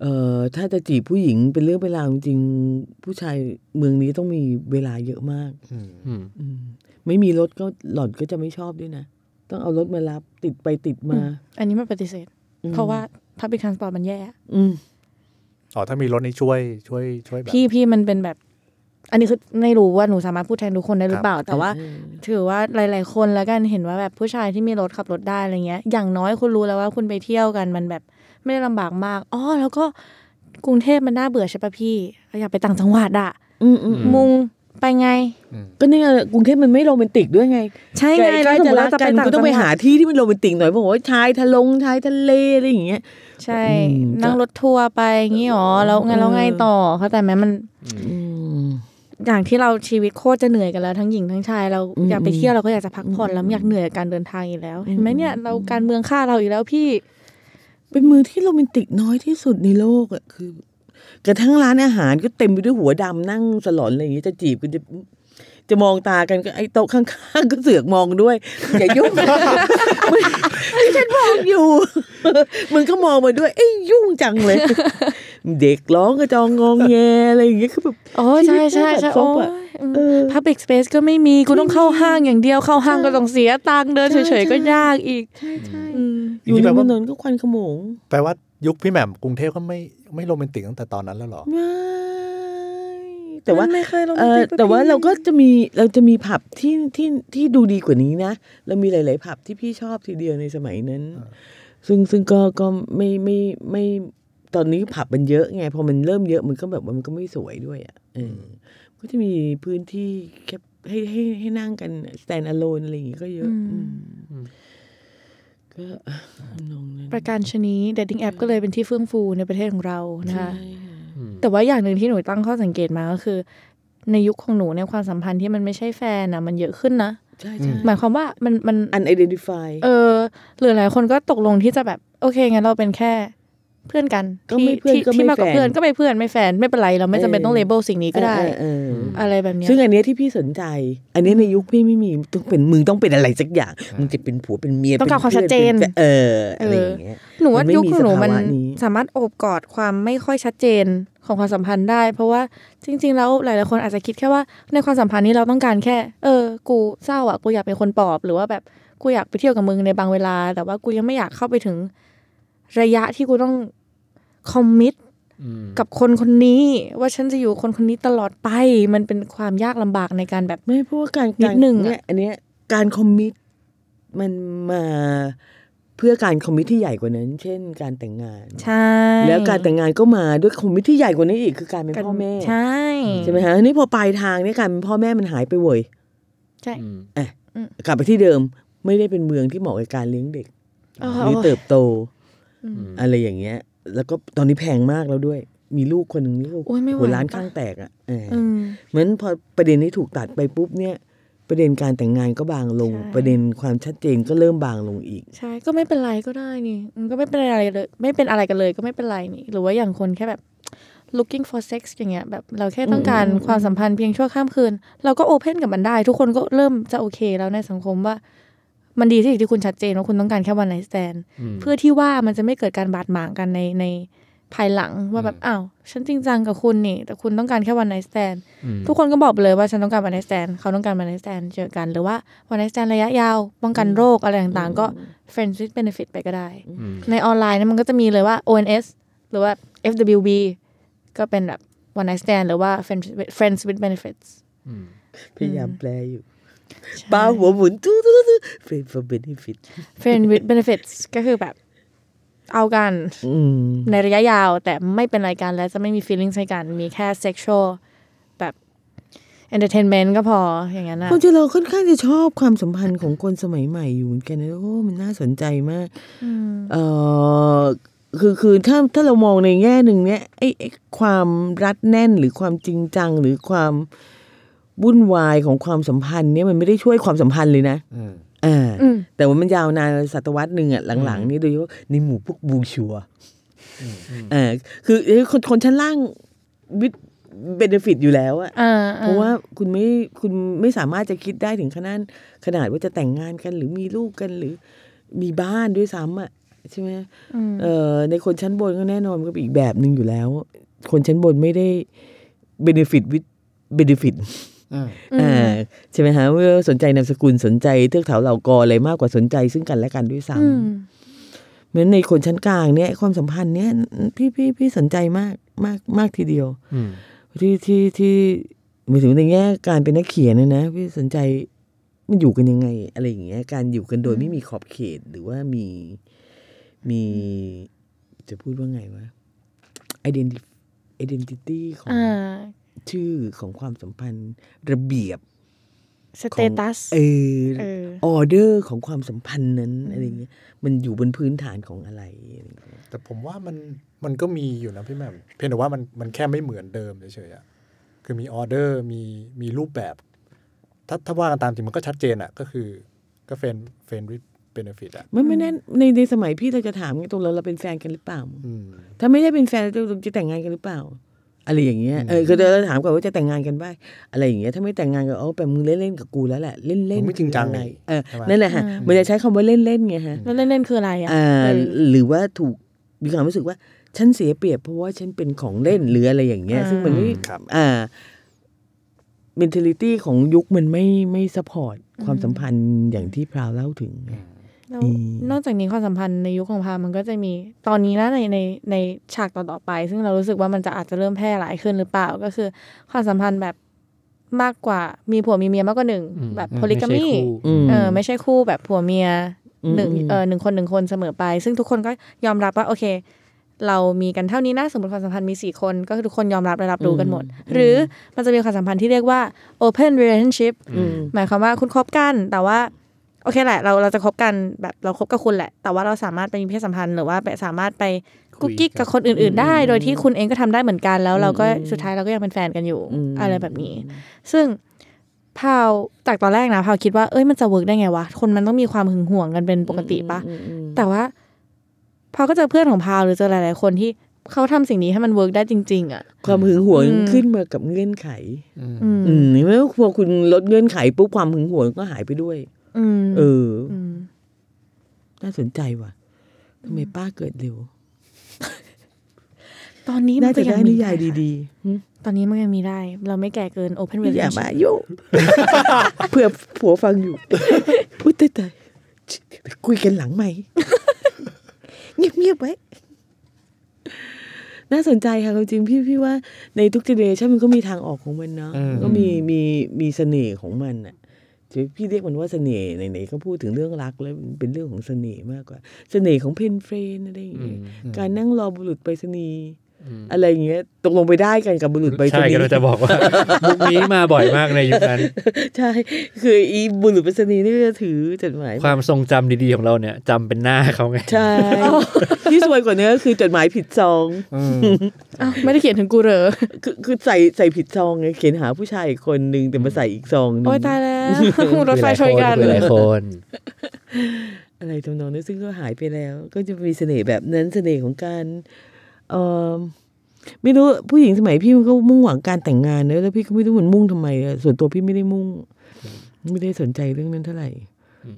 Speaker 4: เอ่อถ้าจะจีบผู้หญิงเป็นเรื่องเป็นราวจริงๆผู้ชายเมืองนี้ต้องมีเวลาเยอะมาก
Speaker 2: อืม
Speaker 3: อืม
Speaker 4: อืม ไม่มีรถก็หล่อนก็จะไม่ชอบด้วยนะ ต้องเอารถมารับ ติดไปติดมา
Speaker 5: อันนี้ไม่ปฏิเสธ เพราะว่าพับบิคทางสปอร์ตมันแย่
Speaker 4: อืม
Speaker 2: อ๋อถ้ามีรถนี่ช่วยช่วยช่วยแบบ
Speaker 5: พี่พี่มันเป็นแบบ อันนี้คือไม่รู้ว่าหนูสามารถพูดแทนทุกคนได้หรือเปล่า แต่ว่า ถือว่าหลาย ๆ คนแล้วกันเห็นว่าแบบผู้ชายที่มีรถขับรถได้อะไรเงี้ย อย่างน้อยคุณรู้แล้วว่าคุณไปเที่ยวกันมันแบบไม่ได้ลำบากมากอ๋อแล้วก็กรุงเทพมันน่าเบื่อใช่ปะพี่เราอยากไปต่างจังหวัดอะ
Speaker 4: อืมอืม
Speaker 5: มุงไปไง
Speaker 4: ก็นี่ไงกรุงเทพมันไม่โรแมนติกด้วยไง
Speaker 5: ใช่ไง
Speaker 4: แต่
Speaker 5: แล้ว
Speaker 4: ถ้าจะรักกั
Speaker 5: จะจะไป
Speaker 4: น
Speaker 5: ต่าง
Speaker 4: ก็
Speaker 5: จั
Speaker 4: ต้อง ง
Speaker 5: ห
Speaker 4: ไป
Speaker 5: วั
Speaker 4: หา
Speaker 5: ด
Speaker 4: ที่ที่มันโรแมนติกหน่อยบอกว่าชายทะลงชายทะเลอะไรอย่างเงี้ย
Speaker 5: ใช่
Speaker 4: อืม
Speaker 5: นั่งรถทัวร์ไปอย่างงี้หรอแล้วไงแล้วไง
Speaker 4: เออ
Speaker 5: ต่อเข้าใจไหมมัน
Speaker 4: อืม
Speaker 5: อย่างที่เราชีวิตโคตรจะเหนื่อยกันแล้วทั้งหญิงทั้งชายเรา
Speaker 4: อืม
Speaker 5: อยากไปเที่ยวเราก็อยากจะพักผ่อน
Speaker 4: อืม
Speaker 5: แล้วไม่อยากเหนื่อยกับการเดินทางอีกแล้ว เห็นไหม
Speaker 4: อืม
Speaker 5: เนี่ยเราการเมืองฆ่าเราอีกแล้วพี่
Speaker 4: เป็นเมืองที่โรแมนติกน้อยที่สุดในโลกอะคือ กระทั่งร้านอาหารก็เต็มไปด้วยหัวดำนั่งสลอนอะไรอย่างเงี้ยจะจีบกันจะ จะมองตากันก็ไอ้โต๊ะข้างๆ ก็เสือกมองด้วย อย่ายุ่ง มึงฉันมองอยู่ มึงก็มองมาด้วย เอ้ยยุ่งจังเลย เด็กร้องกระจองงองแงอะไรอย่างเงี้ยคือแบบ
Speaker 5: โอ้ยใช่ใช่
Speaker 4: ชี
Speaker 5: ใช่
Speaker 4: วิ
Speaker 5: โอ้
Speaker 4: ตไม่
Speaker 5: ย
Speaker 4: แบบเออ
Speaker 5: พับบิกสเปซก็ไม่มีกูต้องเข้าห้างอย่างเดียวเข้าห้างก็ต้องเสียตังค์เดินเฉยๆก็ยากอีก
Speaker 4: ใช่ใช่
Speaker 5: อืม
Speaker 4: อยู่
Speaker 2: นี่
Speaker 4: ใน
Speaker 2: แปล
Speaker 4: ถ
Speaker 2: ว่าน
Speaker 4: นก็ควันขโมง
Speaker 2: แปลว่ายุคพี่แหม่มกรุงเทพก็ไม่ไม่โรแมนติกตั้งแต่ตอนนั้นแล้วเหรอ
Speaker 4: ไม่แต่ว่า
Speaker 5: มันไม่เคยลง
Speaker 4: เออแต่ว่าเราก็จะมีเราจะมีผับที่ที่ที่ดูดีกว่านี้นะ เรามีหลาย ๆ ผับที่พี่ชอบทีเดียวในสมัยนั้น ซึ่งซึ่งก็ก็ไม่ไม่ไม่ตอนนี้ผับมันเยอะไงพอมันเริ่มเยอะมันก็แบบว่ามันก็ไม่สวยด้วยอ่ะเออก็จะมีพื้นที่แคบให้ให้ให้นั่งกัน stand alone อะไรอย่างงี้ก็เยอะอืมก็ทำนองนั้น
Speaker 5: ประการชนีเดทติ้งแอปก็เลยเป็นที่เฟื่องฟูในประเทศของเรานะคะ
Speaker 4: ใช่
Speaker 5: แต่ว่าอย่างหนึ่งที่หนูตั้งข้อสังเกตมาก็คือ ในยุคของหนูเนี่ยความสัมพันธ์ที่มันไม่ใช่แฟนนะมันเยอะขึ้นนะ
Speaker 4: ใช่ใช่
Speaker 5: หมายความว่ามันมัน
Speaker 4: อัน identify
Speaker 5: เออหรือหลายคนก็ตกลงที่จะแบบ โอเคงั้นเราเป็นแค่เพื่อนกัน
Speaker 4: ก็ไม่
Speaker 5: ที่
Speaker 4: เพื่อน
Speaker 5: ที่
Speaker 4: ก็ไม่
Speaker 5: ที่มากกว่า
Speaker 4: แฟน
Speaker 5: เพื่อนก็ไม่เพื่อนไม่แฟนไม่เป็นไรเราไม่จำเป็น
Speaker 4: เออ
Speaker 5: ต้องเลเบลสิ่งนี้ก็ได้
Speaker 4: เออเออเออ
Speaker 5: อะไรแบบเนี้ย
Speaker 4: ซึ่งอันเนี้ยที่พี่สนใจ อันเนี้ยในยุคพี่ไม่มีต้องเป็นมึงต้องเป็นอะไรสักอย่าง มึงจะเป็นผัวเป็นเมีย
Speaker 5: ต้องการความ
Speaker 4: ป็
Speaker 5: ชัดเจน
Speaker 4: พื่อป็แฟเอออะไรอย่างเงี้ย
Speaker 5: หนูว่ายุคของหนูมัน
Speaker 4: มันไม่มีสภาวะนี้
Speaker 5: สามารถโอบกอดความไม่ค่อยชัดเจนของความสัมพันธ์ได้ เพราะว่าจริง ๆ แล้วหลายๆคนอาจจะคิดแค่ว่าในความสัมพันธ์นี้เราต้องการแค่ เออ กูเศร้าอ่ะกูอยากเป็นคนปลอบ หรือว่าแบบกูอยากไปเที่ยวกับมึงในบางเวลา แต่ว่ากูยังไม่อยากเข้าไปถึงระยะที่กูต้องคอมมิต กับคนคนนี้ว่าฉันจะอยู่คนคนนี้ตลอดไป มันเป็นความยากลำบากในการแบบ
Speaker 4: ไม่เพราะว่าการ
Speaker 5: นิดนึงอะ
Speaker 4: เนี่ย อันเนี้ยการคอมมิตมันมาเพื่อการคอมมิตที่ใหญ่กว่านั้น เช่น การแต่งงาน
Speaker 5: ใช่
Speaker 4: แล้วการแต่งงานก็มาด้วยคอมมิตที่ใหญ่กว่านี้อีกคือการเป็น
Speaker 5: กัน
Speaker 4: พ่อแม่
Speaker 5: ใช่
Speaker 4: ใช่ไหมฮะอันนี้พอปลายทางเนี่ยการเป็นพ่อแม่มันหายไปเว้ย
Speaker 5: ใช่
Speaker 4: กลับไปที่เดิมไม่ได้เป็นเมืองที่เหมาะกับการเลี้ยงเด็ก
Speaker 5: โอ้
Speaker 4: หรือ
Speaker 5: โห
Speaker 4: เติบโต
Speaker 5: อืม
Speaker 4: อะไรอย่างเงี้ย แล้วก็ตอนนี้แพงมากแล้วด้วย มีลูกคนหนึ่งนี่ก็
Speaker 5: โอ้ยไม่ไหว
Speaker 4: หัวร้าน
Speaker 5: ปะ
Speaker 4: ข้างแตกอ่ะเอออ
Speaker 5: อืม
Speaker 4: เหมือนพอประเด็นนี้ถูกตัดไปปุ๊บเนี่ย ประเด็นการแต่งงานก็บางลง
Speaker 5: ใช่
Speaker 4: ประเด็นความชัดเจนก็เริ่มบางลงอีก
Speaker 5: ใช่ก็ไม่เป็นไรก็ได้นี่มันก็ไม่เป็นอะไรเลย ไม่เป็นอะไรกันเลยก็ไม่เป็นไรนี่ หรือว่าอย่างคนแค่แบบ looking for sex อย่างเงี้ยแบบเราแค่ต้องการความสัมพันธ์เพียงชั่วข้ามคืน เราก็โอเพนกับมันได้ ทุกคนก็เริ่มจะโอเคแล้วในสังคมว่า มันดีที่ที่คุณชัดเจนว่าคุณต้องการแค่วันไนสแตน เพื่อที่ว่ามันจะไม่เกิดการบาดหมางกันในในภายหลังว่าแบบอ้าวฉันจริงจังกับคุณนี่ แต่คุณต้องการแค่วันไนสแตนทุกคนก็บอกไปเลยว่าฉันต้องการวันไนสแตนเขาต้องการวันไนสแตนเจอกันหรือว่าวันไนสแตนระยะยาวป้องกันโรคอะไรต่างๆ ก็ friends with benefit ไปก็ได้ ในออนไลน์เนี่ยมันก็จะมีเลยว่า ONS หรือว่า FWB ก็เป็นแบบ one night stand หรือว่า friends with- friends with benefits
Speaker 4: พยายามแปลอยู่
Speaker 5: ใช่
Speaker 4: ป้าหัวหมุนตู้ตู้ตู้เฟรนฟอร์เบนิฟิต
Speaker 5: friends with benefits ก็คือแบบเอากัน ในระยะยาวแต่ไม่เป็นรายการและจะไม่มี feeling ใช้กันมีแค่ sexual แบบ entertainment ก็พออย่างนั้นอะ
Speaker 4: คนที่เราค่อนข้างจะชอบความสัมพันธ์ของคนสมัยใหม่อยู่เหมือนกันนะโอ้มันน่าสนใจมาก
Speaker 5: อืม
Speaker 4: เออคือคือถ้าถ้าเรามองในแง่หนึ่งเนี้ยไอ้ไอ้ความรัดแน่นหรือความจริงจัง หรือความวุ่นวายของความสัมพันธ์เนี่ยมันไม่ได้ช่วยความสัมพันธ์เลยนะ
Speaker 2: อืม
Speaker 4: อ่า
Speaker 5: อืม
Speaker 4: แต่ว่ามันยาวนานศตวรรษหนึ่งอ่ะหลังๆ นี้โดยเฉพาะในหมู่พวกบูชัวเอ่าคือเอ้ยคนคนชั้นล่างวิดเบนฟิตอยู่แล้วอะ
Speaker 5: อ่าอ่
Speaker 4: เพราะว่าคุณไม่คุณไม่สามารถจะคิดได้ถึงขนาดขนาดว่าจะแต่งงานกันหรือมีลูกกันหรือมีบ้านด้วยซ้ำอ่ะใช่ไหม
Speaker 5: อืม
Speaker 4: เอ่อในคนชั้นบนก็แน่นอนก็เป็นอีกแบบหนึ่งอยู่แล้ว คนชั้นบนไม่ได้เบนฟิตวิดเบนฟิตอ่าใช่ไหมฮะเมื่อสนใจนามสกุลสนใจเทือกเขาเหล่ากออะไรมากกว่าสนใจซึ่งกันและกันด้วยซ้ำ
Speaker 5: อืม
Speaker 4: เพราะฉะนั้นในคนชั้นกลางเนี่ยความสัมพันธ์เนี่ยพี่พี่พี่สนใจมากมากมากทีเดียว ที่ที่ที่หมายถึงในแง่การเป็นนักเขียนนะนะพี่สนใจมันอยู่กันยังไง อะไรอย่างเงี้ยการอยู่กันโดยไม่มีขอบเขตหรือว่ามีมี จะพูดว่าไงวะ identity identity ของ
Speaker 5: อ่า
Speaker 4: ชื่อของความสัมพันธ์ระเบียบ
Speaker 5: สเตตัส
Speaker 4: เออ
Speaker 5: เออ
Speaker 4: ออเดอร์ของความสัมพันธ์นั้นอะไรอย่างเงี้ยมันอยู่บนพื้นฐานของอะไรอะไรอย่างเงี้ย
Speaker 2: แต่ผมว่ามันมันก็มีอยู่นะพี่แหม่มเพียงแต่ว่ามันมันแค่ไม่เหมือนเดิมเฉยๆอะคือมีออเดอร์มีมีรูปแบบ ถ้าถ้าว่ากันตามจริงมันก็ชัดเจนอะก็คือก็เฟนเฟนวิดเบนฟิตอะ
Speaker 4: ไม่ไม่แน่ในในสมัยพี่เราจะถามไงตรงเราเราเป็นแฟนกันหรือเปล่า
Speaker 2: อืม
Speaker 4: ถ้าไม่ได้เป็นแฟนเราจะแต่งงานกันหรือเปล่า อ อะไรอย่างเงี้ยเออก็เดี๋ยวเราถามก่อนว่าจะแต่งงานกันบ้างอะไรอย่างเงี้ยถ้าไม่แต่งงานก็เอาแบบมึงเล่นๆกับกูแล้วแหละเล่นๆ
Speaker 2: มึงไม่จริงจัง
Speaker 4: อะ
Speaker 2: นี่
Speaker 4: ไรเออ
Speaker 2: ใช่ปะ
Speaker 4: นั่นแหละฮะมันจะใช้คำว่าเล่นๆไงฮะ
Speaker 5: แล้วเล่นๆคืออะไรอ่ะ
Speaker 4: อ่า
Speaker 5: เออ
Speaker 4: หรือว่าถูกมีความรู้สึกว่าฉันเสียเปรียบเพราะว่าฉันเป็นของเล่นหรืออะไรอย่างเงี้ย ซึ่งมันไม่
Speaker 2: ครับ
Speaker 4: อ่า mentality ของยุคมันไม่ไม่สปอร์ตความสัมพันธ์อย่างที่พราวเล่าถึงไง
Speaker 5: แล้ว
Speaker 4: อืม
Speaker 5: นอกจากนี้ความสัมพันธ์ในยุคของพามันก็จะมีตอนนี้นะในในในฉากต่อๆไป ซึ่งเรารู้สึกว่ามันจะอาจจะเริ่มแพร่หลายขึ้นหรือเปล่าก็คือ ความสัมพันธ์แบบมากกว่ามีผัวมีเมียมากกว่าหนึ่ง
Speaker 3: อืม
Speaker 5: แบบ
Speaker 2: อืม
Speaker 5: โพลิกามี
Speaker 3: ไใช่คู่
Speaker 4: ม
Speaker 5: เออไม่ใช่คู่แบบผัวเมียหนึ่ง
Speaker 4: ม
Speaker 5: เออหนึ่งคนหนึ่งคนเสมอไป ซึ่งทุกคนก็ยอมรับว่าโอเค เรามีกันเท่านี้นะสมมติความสัมพันธ์มีสี่คนก็คือทุกคนยอมรับและรับรู้กันหมด หรือมันจะมีความสัมพันธ์ที่เรียกว่า open relationship
Speaker 4: อืม
Speaker 5: หมายความว่าคุณคบกันแต่ว่า โอเคแหละ เราเราจะคบกันแบบเราคบกับคุณแหละ แต่ว่าเราสามารถไปมีเพศสัมพันธ์หรือว่าไปสามารถไปกุ๊กกิ๊กกับคนอื่น ๆ ได้ โดยที่คุณเองก็ทำได้เหมือนกันแล้ว เราก็สุดท้ายเราก็ยังเป็นแฟนกันอยู่
Speaker 4: อืม
Speaker 5: อะไรแบบนี้ ซึ่งพาวจากตอนแรกนะพาวคิดว่าเอ้ยมันจะเวิร์กได้ไงวะคนมันต้องมีความหึงหวงกันเป็นปกติปะ
Speaker 4: อืมอืม
Speaker 5: แต่ว่าพาวก็เจอเพื่อนของพาวหรือเจอหลาย ๆ คนที่เขาทำสิ่งนี้ให้มันเวิร์กได้จริง ๆ อ่ะ
Speaker 4: ความหึงหวง
Speaker 5: อืม
Speaker 4: ขึ้นมากับเงื่อนไข
Speaker 5: อืม
Speaker 4: อืมเมื่อพอคุณลดเงื่อนไขปุ๊บความหึงหวงก็หายไปด้วย
Speaker 5: อืม
Speaker 4: เออ
Speaker 5: ม
Speaker 4: น่าสนใจว่ะทำไมป้าเกิดเร็ว
Speaker 5: ตอนนี้มั
Speaker 4: น่าน
Speaker 5: ก็
Speaker 4: จะ
Speaker 5: ยัง
Speaker 4: ได้
Speaker 5: มี
Speaker 4: นิยายดี
Speaker 5: ตอนนี้มันยังมีได้ เราไม่แก่เกิน Open
Speaker 4: ๆ อย่า
Speaker 5: Relationship
Speaker 4: มายุ่ง เพื่อผัวฟังอยู่ อุ้ยตายตายคุยกันหลังไหมค์ เงียบๆไว้ น่าสนใจค่ะความจริงพี่พี่ว่าในทุกเจเนอเรชันมันก็มีทางออกของมันเนาะ
Speaker 2: อืม
Speaker 4: ก็มีมีมีเสน่ห์ของมันอ่ะที่พี่เรียกมันว่าเสน่ห์ไหนๆก็พูดถึงเรื่องรักแล้วมันเป็นเรื่องของเสน่ห์มากกว่า เสน่ห์ของเพนเฟรนอะไรอย่างเงี้ยการนั่งรอบุรุษไปรษณีย์
Speaker 3: อืม
Speaker 4: อะไรอย่างเงี้ยตกลงไปได้กันกับบุรุษไปรษ
Speaker 3: ใช่
Speaker 4: ณี
Speaker 3: ก็
Speaker 4: ย์
Speaker 3: เราจะบอกว่า มุกนี้มาบ่อยมากในยุคนั้น
Speaker 4: ใช่ คืออีบุรุษไปรษณีย์นี่ก็จะถือจดห มาย
Speaker 3: ความทรงจำดีๆของเราเนี่ยจำเป็นหน้าเขาไง
Speaker 4: ใช่ ที่สวยกว่านี้ก็คือจดหมายผิดซอง
Speaker 5: อ้าวไม่ได้เขียนถึงกูเหรอ
Speaker 4: คือคือใส่ใส่ผิดซองไงเขียนหาผู้ชายอีกคนนึงแต่มาใส่อีกซองนึง
Speaker 5: โอ้ยตายแล้วรถไฟชนกัน
Speaker 3: หลายคน
Speaker 4: อะไรทำนองนี้ซึ่งก็หายไปแล้ว ก็จะมีเสน่ห์แบบนั้นเสน่ห์ของการเออไม่รู้ผู้หญิงสมัยพี่มันก็มุ่งหวังการแต่งงานเนอะแล้วพี่ก็ไม่รู้มันมุ่งทำไมอะส่วนตัวพี่ไม่ได้มุ่ง ไม่ได้สนใจเรื่องนั้นเท่าไหร่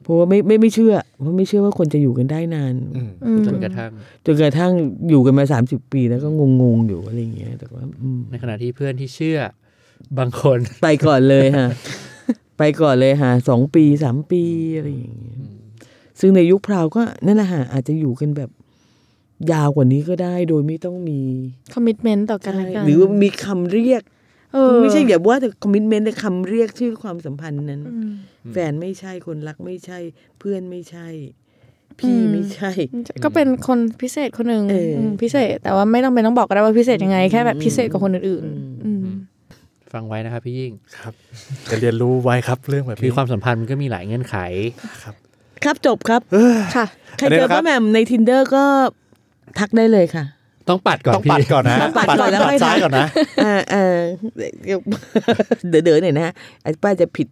Speaker 4: เพราะว่าไม่ไม่ไม่เชื่อเพราะไม่เชื่อว่าคนจะอยู่กันได้นาน
Speaker 5: อืม
Speaker 3: จนกระทั่ง
Speaker 4: จนกระทั่งอยู่กันมาสามสิบปีแล้วก็งงๆอยู่อะไรอย่างเงี้ยแต่ว่าอืม
Speaker 3: ในขณะที่เพื่อนที่เชื่อบางคน
Speaker 4: ไปก่อนเลย ฮะ ไปก่อนเลยฮะสองปีสามปีอะไรอย่างเงี้ยซึ่งในยุคพราวก็นั่นแหละฮะอาจจะอยู่กันแบบยาวกว่านี้ก็ได้โดยไม่ต้องมี
Speaker 5: คอมมิชเมนต์ต่อกันและกัน
Speaker 4: หรือว่ามีคำเรียก
Speaker 5: เออ
Speaker 4: ไม่ใช่อย่าว่าแต่คอมมิชเมนต์แต่คำเรียกชื่อความสัมพันธ์นั้น
Speaker 5: อืม
Speaker 4: แฟนไม่ใช่คนรักไม่ใช่ เพื่อนไม่ใช่ พี่
Speaker 5: อืม
Speaker 4: ไม่ใช่
Speaker 5: ก็เป็นคนพิเศษคนหนึ่ง
Speaker 4: เอออื
Speaker 5: มพิเศษ แต่ว่าไม่ต้องเป็นต้องบอกก็ได้ว่าพิเศษยังไงแค่แบบพิเศษกว่าคนอื่นๆอืม
Speaker 3: ฟังไว้นะครับพี่ยิ่ง
Speaker 2: จะเรียนรู้ไว้ครับเรื่องแบบ
Speaker 3: คือ
Speaker 2: นี้
Speaker 3: ความสัมพันธ์มันก็มีหลายเงื่อนไข
Speaker 4: ครับจบครับ
Speaker 5: ค่ะ
Speaker 4: ใครเจอป้าแหม่มใน tinder ก็ทักได้เลยค่ะ
Speaker 3: ต้องปัดก่อน
Speaker 2: ต้อง
Speaker 3: พี่
Speaker 2: ปัดก่อนนะ
Speaker 4: ต้องปัดก่อนแล้ว
Speaker 2: ปั
Speaker 4: ค่อย
Speaker 2: ซ้าย
Speaker 4: ทำ
Speaker 2: ก่อนนะ
Speaker 4: อ่าเออเดี๋ยวเดี๋ยวเดี๋ยวหน่อยนะฮะอาจป้าจะผิด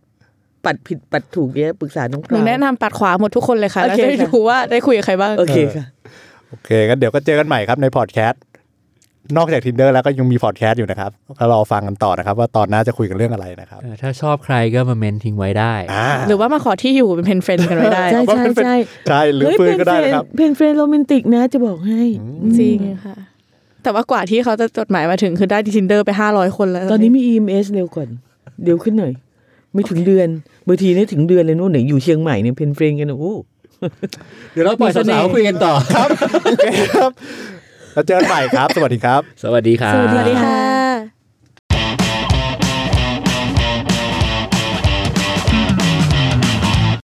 Speaker 4: ปัดผิดปัดถูกเนี่ยปรึกษาน้อง
Speaker 5: หนู
Speaker 4: ราว
Speaker 5: แนะนำปัดขวาหมดทุกคนเลยค่ะ
Speaker 4: โอ
Speaker 5: แล้ว
Speaker 4: เค
Speaker 5: จะได้
Speaker 4: ค่ะ
Speaker 5: ดูว่าได้คุยกับใครบ้าง
Speaker 4: โอเคค่ะ
Speaker 2: โอเคงั้นเดี๋ยวก็เจอกันใหม่ครับในพอดแคสต์นอกจาก tinder แล้วก็ยังมีพอดแคสต์อยู่นะครับก็รอฟังกันต่อนะครับ ว่าตอนหน้าจะคุยกันเรื่องอะไรนะครับ
Speaker 3: เออถ้าชอบใครก็มาเมนทิ้งไว้ได้
Speaker 2: อ่า
Speaker 5: หรือว่ามาขอที่อยู่เป็นเพนเฟนกันไว้ได้
Speaker 4: ใช่
Speaker 2: เอา
Speaker 4: ใช่
Speaker 2: เป็น
Speaker 4: ใช่
Speaker 2: ใช่หรือ
Speaker 4: เฮ้ย
Speaker 2: ปืน
Speaker 4: เป็น
Speaker 2: ก็
Speaker 4: เฟ
Speaker 2: ได้
Speaker 4: รน
Speaker 2: นะครับ
Speaker 4: เป็นเฟรนโรแมนติกนะจะบอกให้อืม
Speaker 5: จริงค่ะ แต่ว่ากว่าที่เขาจะจดหมายมาถึงคือได้ทินเดอร์ไปห้าร้อยคนแล้ว
Speaker 4: ตอนนี้มี EMS เร็วก่อน เดี๋ยวขึ้นหน่อย ไม่ถึงเดือนบางทีเนี่ยถึงเดือนเลยนู่นไหนอยู่เชียงใหม่เนี่ยเพนเฟรนกันนะโอ้
Speaker 3: เดี๋ยวเราปล่อยสาวๆคุยกันต่อ
Speaker 2: ครับโอเคครับแล้วเจอกันใหม่ครับ สวัสดีครับ
Speaker 3: สวัสดีครับ
Speaker 5: สวัสดีค่ะ